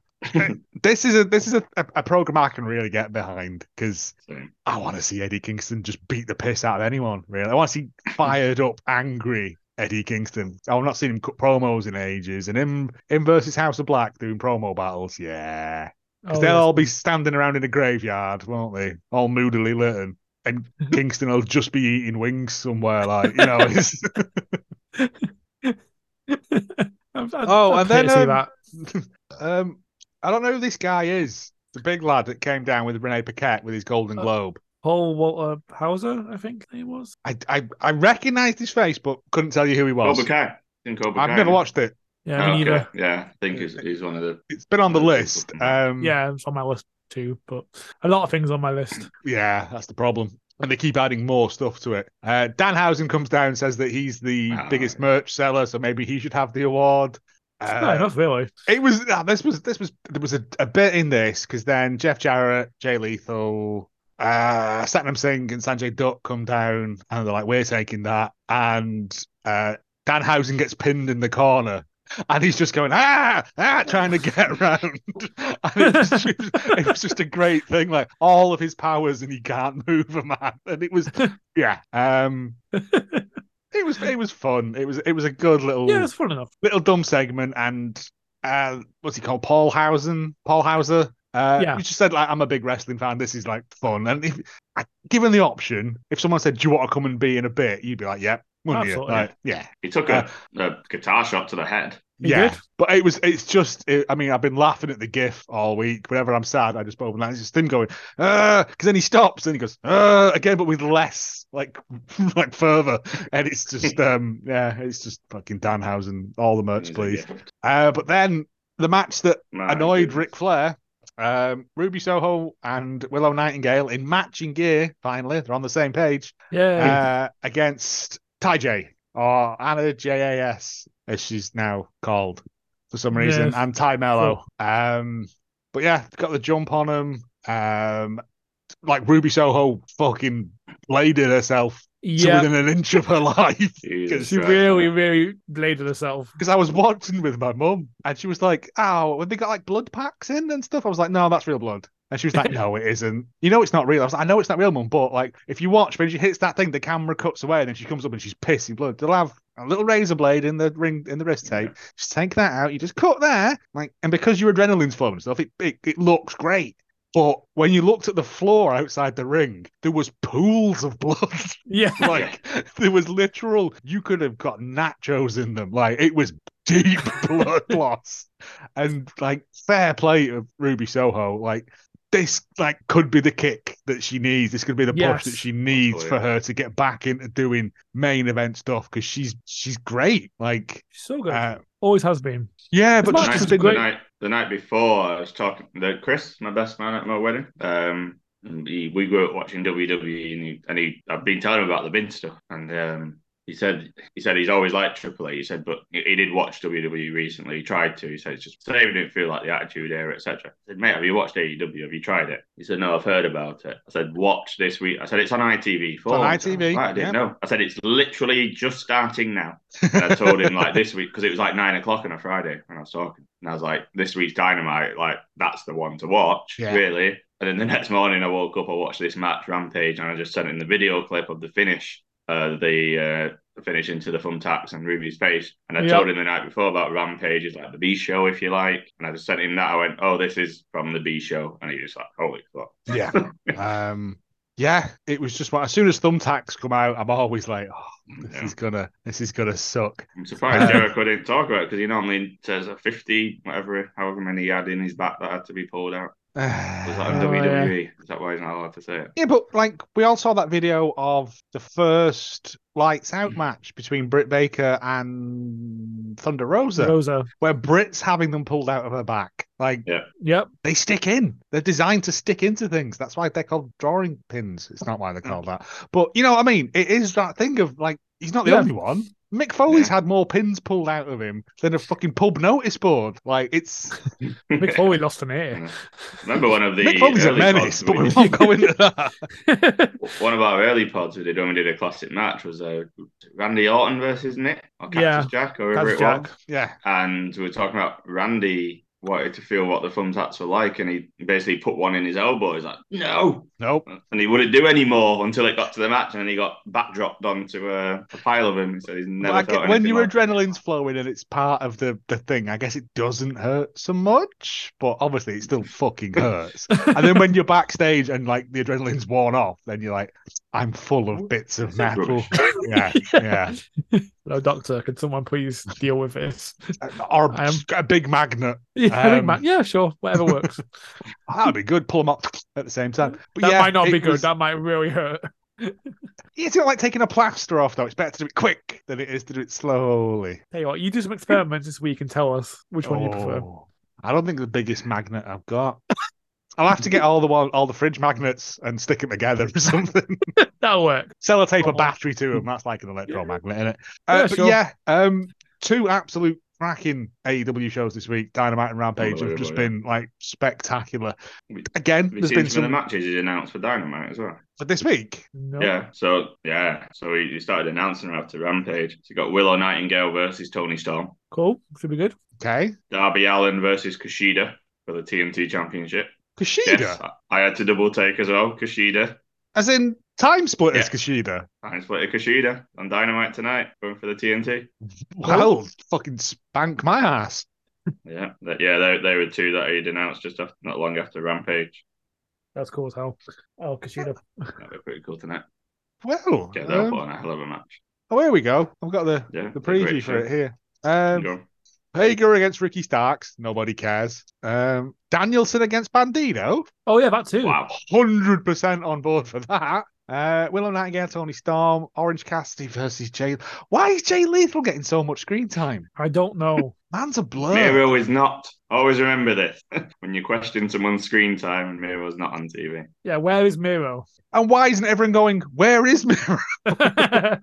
S3: this is a this is a, a, a program I can really get behind because
S1: Same.
S3: I want to see Eddie Kingston just beat the piss out of anyone. Really, I want to see fired up, angry Eddie Kingston. I've not seen him cut promos in ages, and him him versus House of Black doing promo battles. Yeah, because
S2: Oh,
S3: they'll
S2: yeah.
S3: all be standing around in a graveyard, won't they? All moodily litten. And Kingston will just be eating wings somewhere, like you know. It's...
S2: I'm- I-
S3: Oh,
S2: I
S3: and then,
S2: can't see
S3: um,
S2: that.
S3: Um, I don't know who this guy is. The big lad that came down with Rene Paquette with his Golden
S2: Uh,
S3: Globe.
S2: Paul Walter Hauser, I think he was.
S3: I I, I recognised his face, but couldn't tell you who he was.
S1: Cobra Kai. In Cobra
S3: I've
S1: Kai.
S3: never watched it.
S2: Yeah,
S1: Oh,
S2: me
S1: okay.
S2: neither.
S1: Yeah, I think he's, he's one of the.
S3: It's been on the
S1: Yeah,
S3: list.
S1: people can-
S3: Um,
S2: Yeah, it's on my list too, but a lot of things on my list.
S3: yeah, that's the problem. And they keep adding more stuff to it. Uh, Danhausen comes down and says that he's the
S1: Ah,
S3: biggest
S1: yeah.
S3: merch seller, so maybe he should have the award.
S2: Fair
S3: Uh,
S2: enough, really.
S3: It was ah, this was this was there was a, a bit in this because then Jeff Jarrett, Jay Lethal, uh, Satnam Singh, and Sanjay Dutt come down and they're like, "We're taking that," and uh, Danhausen gets pinned in the corner. And he's just going ah ah trying to get around. And it was, just, it was just a great thing, like all of his powers, and he can't move a man. And it was yeah, um, it was it was fun. It was it was a good little
S2: Yeah, it's fun enough.
S3: little dumb segment and uh what's he called paul hausen paul hauser uh
S2: Yeah.
S3: you just said like i'm a big wrestling fan this is like fun and if I, given the option if someone said do you want to come and be in a bit you'd be like yep wouldn't you
S2: Absolutely.
S3: Like, yeah
S1: He took a,
S3: Uh,
S1: a guitar shot to the head.
S2: He
S3: yeah
S2: did.
S3: but it was it's just it, i mean i've been laughing at the gif all week whenever i'm sad i just open that it's just him going uh because then he stops and he goes uh again but with less like like further and it's just um yeah it's just fucking danhausen all the merch
S1: He's a
S3: please
S1: gift.
S3: uh but then the match that
S2: Oh,
S1: My
S3: annoyed
S1: goodness.
S3: Ric Flair. Um, Ruby Soho and Willow Nightingale in matching gear, finally, they're on the same page,
S2: Yeah.
S3: uh, against Tai J or Anna JAS, as she's now called for some reason,
S2: Yeah.
S3: and Ty Mello. Um, but yeah, got the jump on him. Um, like Ruby Soho fucking bladed herself
S2: yeah.
S3: to within an inch of her life.
S1: Jesus
S2: She
S1: Christ.
S2: really, really bladed herself.
S3: Because I was watching with my mum, and she was like, "Oh, have they got like blood packs in and stuff?" I was like, "No, that's real blood." And she was like, "No, it isn't. You know, it's not real." I was like, "I know it's not real, mum, but like, if you watch when she hits that thing, the camera cuts away, and then she comes up and she's pissing blood. They'll have a little razor blade in the ring in the wrist tape. Just take that out. You just cut there, like, and because your adrenaline's flowing and stuff, it it, it looks great." But when you looked at the floor outside the ring, there was pools of blood.
S2: Yeah.
S3: Like there was literal. You could have got nachos in them. Like it was deep blood loss, and like fair play of Ruby Soho. Like this, like could be the kick that she needs. This could be the push that
S2: Yes.
S3: she needs for
S1: Absolutely.
S3: her to get back into doing main event stuff because she's she's great. Like
S2: She's so good.
S3: uh,
S2: Always has been.
S3: yeah, but
S1: The
S2: Much
S3: she's
S1: night,
S2: has
S3: just
S2: been
S1: the,
S2: great.
S1: night, the night before, I was talking to Chris, my best man at my wedding. Um, and he, we grew up watching WWE, and he, and he, I've been telling him about the Vince stuff, and um, he said, he said he's always liked Triple H. He said, but he, he did watch WWE recently. He tried to. He said it's just saving didn't feel like the Attitude Era, etc. I said, mate, have you watched AEW? Have you tried it? He said, no, I've heard about it. I said, watch this week. I said, it's on ITV. It's
S3: on ITV,
S1: I didn't
S3: yeah.
S1: know. I said, it's literally just starting now. And I told him like this week because it was like nine o'clock on a Friday when I was talking, and I was like, "This week's Dynamite, like that's the one to watch,
S3: Yeah.
S1: really." And then the next morning, I woke up, I watched this match Rampage, and I just sent in the video clip of the finish, uh, the uh, the finish into the thumbtacks and Ruby's face, and I
S2: Yeah.
S1: told him the night before about Rampage is like the B show, if you like, and I just sent him that. I went, "Oh, this is from the B show," and he was like, "Holy fuck!"
S3: yeah. Um, yeah, it was just as soon as thumbtacks come out, I'm always like, oh, this
S1: Yeah.
S3: is gonna, this is gonna suck.
S1: I'm surprised
S3: Uh,
S1: Jericho didn't talk about it because he normally says a 50, whatever, however many he had in his back that had to be pulled out. Was E. that on
S2: Oh,
S1: WWE? Is that why he's not allowed to say it?
S3: Yeah, but like we all saw that video of the first lights out match between Britt Baker and Thunder Rosa,
S2: Rosa.
S3: where Britt's having them pulled out of her back. Like
S2: Yep.
S3: they stick in. They're designed to stick into things. That's why they're called drawing pins. It's not why they're called that. But you know what I mean? It is that thing of like he's not the
S2: Yeah.
S3: only one. Mick Foley's had more pins pulled out of him than a fucking pub notice board. Like it's
S2: Mick Foley lost an ear.
S1: Remember one of the
S3: Mick Foley's a
S1: early pods
S3: menace, but we
S1: we-
S3: won't go into that.
S1: one of our early pods where they only did a classic match was uh, Randy Orton versus Nick or Cactus Jack or whoever
S2: Cactus
S1: it
S2: Jack.
S1: was.
S3: Yeah.
S1: and we were talking about Randy wanted to feel what the thumbtacks were like, and he basically put one in his elbow. He's like, no,
S3: Nope.
S1: and he wouldn't do any more until it got to the match, and then he got backdropped onto a, a pile of him. So he's never
S3: Like,
S1: thought
S3: when
S1: anything
S3: your
S1: like-
S3: adrenaline's flowing and it's part of the, the thing, I guess it doesn't hurt so much, but obviously it still fucking hurts. and then when you're backstage and like the adrenaline's worn off, then you're like, I'm full of bits of
S1: It's
S3: metal.
S1: rubbish.
S3: yeah, yeah.
S2: Hello, doctor. Can someone please deal with this?
S3: Or
S2: I am-
S3: just a big magnet.
S2: Yeah, I think
S3: Um,
S2: Ma- yeah, sure, whatever works.
S3: That'd be good. Pull them up at the same time. But
S2: that
S3: yeah,
S2: might not
S3: it
S2: be good.
S3: was-
S2: That might really hurt.
S3: It's not like taking a plaster off, though. It's better to do it quick than it is to do it slowly.
S2: Tell you what, you do some experiments this week and tell us which one you prefer.
S3: Oh, I don't think the biggest magnet I've got. I'll have to get all the one, all the fridge magnets and stick them together or something.
S2: That'll work.
S3: Sellotape
S2: Oh.
S3: a battery to them. That's like an electromagnet, isn't it?
S2: Yeah,
S3: Uh, but
S2: sure.
S3: yeah, um, two absolute cracking AEW shows this week. Dynamite and Rampage have just
S1: Unbelievable, Oh, yeah.
S3: been like spectacular.
S1: We-
S3: Again,
S1: Have you
S3: there's
S1: seen
S3: been
S1: some of
S3: some
S1: the matches he's announced for Dynamite as well?
S3: for this week.
S2: No.
S1: Yeah, so yeah, so he, he started announcing her after Rampage. So you got Willow Nightingale versus Tony Storm,
S2: Cool. Should be good.
S3: Okay,
S1: Darby Allen versus Kushida for the TNT Championship.
S3: Kushida,
S1: Yes, I- I had to double take as well. Kushida,
S3: as in time splitters,
S1: Yeah.
S3: Kushida.
S1: I split a Kushida on Dynamite tonight, going for the TNT.
S3: Well, fucking spank my ass.
S1: Yeah, that, yeah, they, they were two that he'd announced just after, not long after Rampage.
S2: That's cool as hell. Oh, Kushida.
S1: That'd be pretty cool tonight.
S3: Well,
S1: Get that
S3: um,
S1: on a hell of a match.
S3: oh, here we go. I've got the
S1: Yeah,
S3: the preview for it here. Um,
S1: Go.
S3: Hager against Ricky Starks, nobody cares. Um, Danielson against Bandito,
S2: Oh yeah, that too.
S1: Wow,
S3: hundred percent on board for that. Uh, Willow Nightingale, Tony Storm, Orange Cassidy versus Jay. Why is Jay Lethal getting so much screen time?
S2: I don't know.
S3: Man's a blur.
S1: Miro is not. Always remember this when you question someone's screen time and Miro's not on TV.
S2: Yeah, where is Miro?
S3: And why isn't everyone going? Where is Miro?
S2: yeah,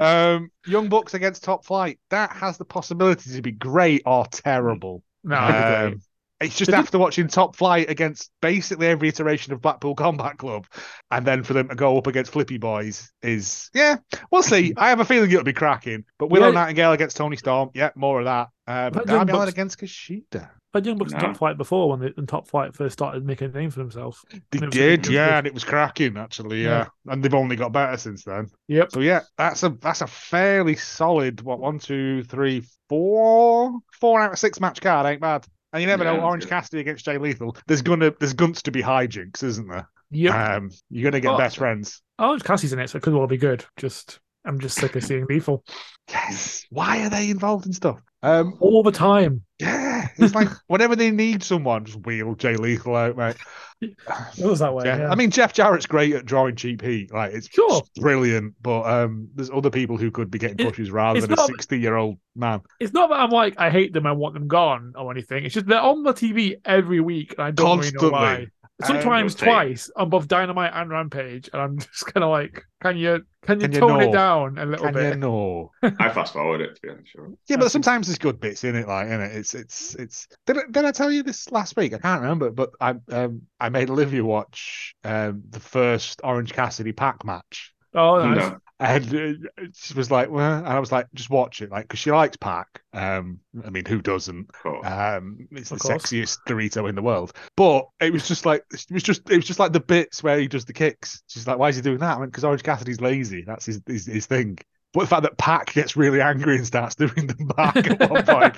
S3: um, Young Bucks against Top Flight. That has the possibility to be great or terrible.
S2: No, I could
S3: Um, it's just
S2: Did it-
S3: after watching Top Flight against basically every iteration of Blackpool Combat Club, and then for them to go up against Flippy Boys is yeah, we'll see. I have a feeling it'll be cracking. But Willow
S2: Yeah.
S3: Nightingale against Tony Storm, yeah, more of that. Uh, but
S2: That Young
S3: Darby Allin
S2: Bucks-
S3: against Kushida,
S2: But Young Bucks
S1: No.
S2: top flight before when the when top flight first started making a name for themselves.
S3: they
S2: It was- it
S3: did,
S2: was
S3: yeah,
S2: good.
S3: and it was cracking actually, yeah.
S2: Yeah.
S3: and they've only got better since then.
S2: Yep.
S3: So yeah, that's a that's a fairly solid what one two three four four out of six match card ain't bad. And you never
S1: Yeah,
S3: know,
S1: that's
S3: Orange
S1: good.
S3: Cassidy against Jay Lethal. There's gonna there's guns to be hijinks, isn't there?
S2: Yep.
S3: Um, you're gonna get
S1: Oh.
S3: best friends.
S2: Orange Cassie's in it, so it could well be good. Just I'm just sick of seeing lethal
S3: Yes. Why are they involved in stuff? Um,
S2: all the time.
S3: yeah, it's like whenever they need someone, just wheel Jay Lethal out, mate.
S2: It was that way.
S3: yeah.
S2: yeah.
S3: I mean Jeff Jarrett's great at drawing cheap heat. Like it's
S2: Sure.
S3: brilliant, but um, there's other people who could be getting
S2: It-
S3: pushes rather
S2: it's
S3: than a
S2: not-
S3: sixty-year-old man.
S2: it's not that I'm like I hate them, I want them gone or anything. It's just they're on the TV every week, and I don't
S3: Constantly.
S2: really know why. Sometimes
S1: rotate.
S2: twice on both Dynamite and Rampage, and I'm just kind of like, can you can you
S3: Can you
S2: tone
S3: know?
S2: it down a little
S3: Can
S2: bit?
S3: you know?
S1: I fast forward it to be honest. Sure.
S3: Yeah, but
S2: That's ex-
S3: sometimes there's good bits in it, like in it. It's it's it's. Did I, did I tell you this last week? I can't remember, but I um I made Olivia watch um the first Orange Cassidy pack match,
S2: Oh, nice.
S1: No.
S3: and uh, she was like, "Well," and I was like, "Just watch it," like because she likes pack. Um, I mean, who doesn't?
S1: of course.
S3: Um, it's
S2: Of
S3: the
S2: course.
S3: sexiest Dorito in the world. But it was just like it was just it was just like the bits where he does the kicks. She's like, "Why is he doing that?" I went, "Because Orange Cassidy's lazy. That's his his, his thing." But the fact that Pac gets really angry and starts doing them back at one point,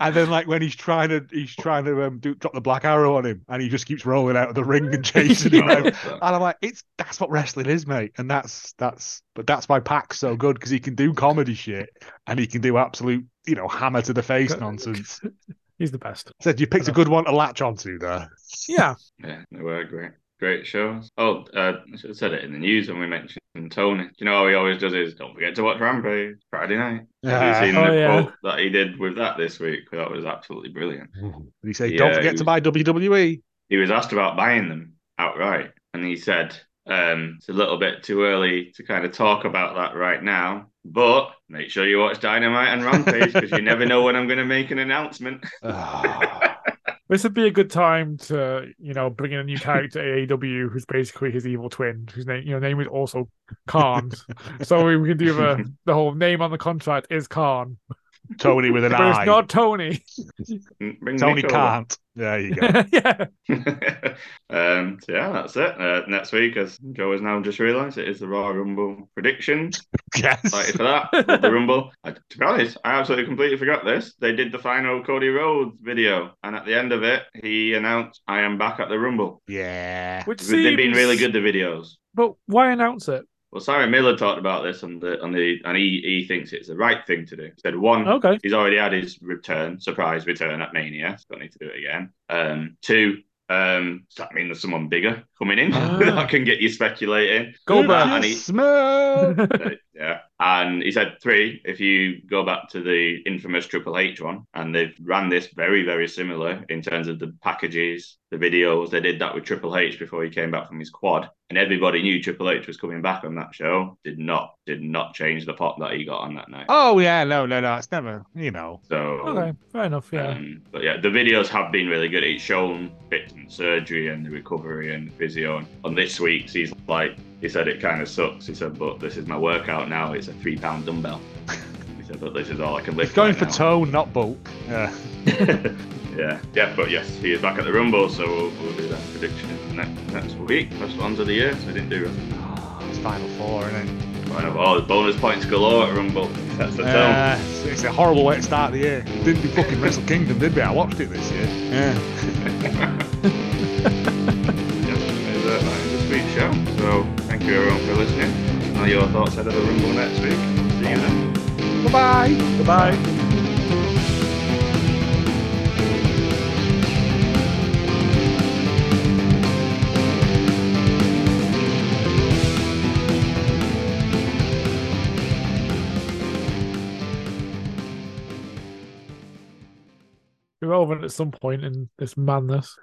S3: and then like when he's trying to he's trying to um, do, drop the black arrow on him, and he just keeps rolling out of the ring and chasing him. out.
S1: No,
S3: And
S1: so-
S3: I'm like, it's that's what wrestling is, mate, and that's that's but that's why Pac's so good because he can do comedy shit and he can do absolute you know hammer to the face nonsense.
S2: He's the best.
S3: Said you picked a good one to latch onto there.
S2: Yeah.
S1: Yeah, they were great. Great shows. Oh, uh, I should have said it in the news when we mentioned And Tony, do you know how he always does is don't forget to watch Rampage Friday night. Have
S3: Ah.
S1: you seen
S2: Oh,
S1: the
S2: yeah.
S1: quote that he did with that this week? That was absolutely brilliant.
S3: Did he say,
S1: Yeah,
S3: "Don't forget
S1: he-
S3: to buy E." WWE"?
S1: He was asked about buying them outright, and he said um, it's a little bit too early to kind of talk about that right now. But make sure you watch Dynamite and Rampage because you never know when I'm going to make an announcement.
S3: Ah.
S2: This would be a good time to, you know, bring in a new character AAW who's basically his evil twin, whose name, you know, name is also Khan. so we, we can do the the whole name on the contract is Khan,
S3: Tony with an
S2: but it's
S3: eye.
S2: not Tony.
S1: Mm, Bring
S3: Tony
S1: Nick over.
S3: can't. There you go.
S2: yeah,
S1: um, so yeah, that's it. Uh, next week, as Joe has now just realised, it is the Raw Rumble prediction.
S3: yes.
S1: Excited for that. Love the Rumble. I, to be honest, I absolutely completely forgot this. They did the final Cody Rhodes video, and at the end of it, he announced, "I am back at the Rumble."
S3: Yeah.
S2: which
S1: They've been
S2: seems-
S1: really good. The videos.
S2: But why announce it?
S1: Well, Simon Miller talked about this on the on the, and he he thinks it's the right thing to do. He said one,
S2: Okay,
S1: He's already had his return, surprise return at Mania. So don't need to do it again. Um, two, um, does that mean there's someone bigger coming in
S2: Ah.
S1: that can get you speculating?
S2: Goldberg.
S1: And he-
S3: Smell.
S1: Uh, yeah. And he said three, if you go back to the infamous Triple H one, and they've ran this very, very similar in terms of the packages, the videos. They did that with Triple H before he came back from his quad. And everybody knew Triple H was coming back on that show. Did not did not change the pot that he got on that night.
S3: Oh yeah, no, no, no. It's never, you know.
S1: So
S2: okay, fair enough. Yeah,
S1: Oh. Um, but yeah, the videos have been really good. It's shown bits and surgery and the recovery and physio. And on this week's, he's like, he said it kind of sucks. He said, but this is my workout now. It's a three pound dumbbell. he said, but this is all I can
S3: It's
S1: lift.
S3: going
S1: right
S3: for
S1: now."
S3: tone, not bulk. Yeah.
S1: yeah, yeah, but yes, he is back at the Rumble, so we'll, we'll do that prediction next, next week. First ones of the year, so we didn't do it.
S3: It's final four, isn't it?
S1: Right up, all the bonus points galore at Rumble. That's the tone.
S3: Uh, it's, it's a horrible way to start the year. Didn't do fucking Wrestle Kingdom, did we? I watched it this year. Yeah.
S1: Yeah, that is, uh, that is this week's show. So thank you everyone for listening. Now your thoughts ahead of the Rumble next week. See you then.
S3: Bye bye.
S2: goodbye. Irrelevant at some point in this madness.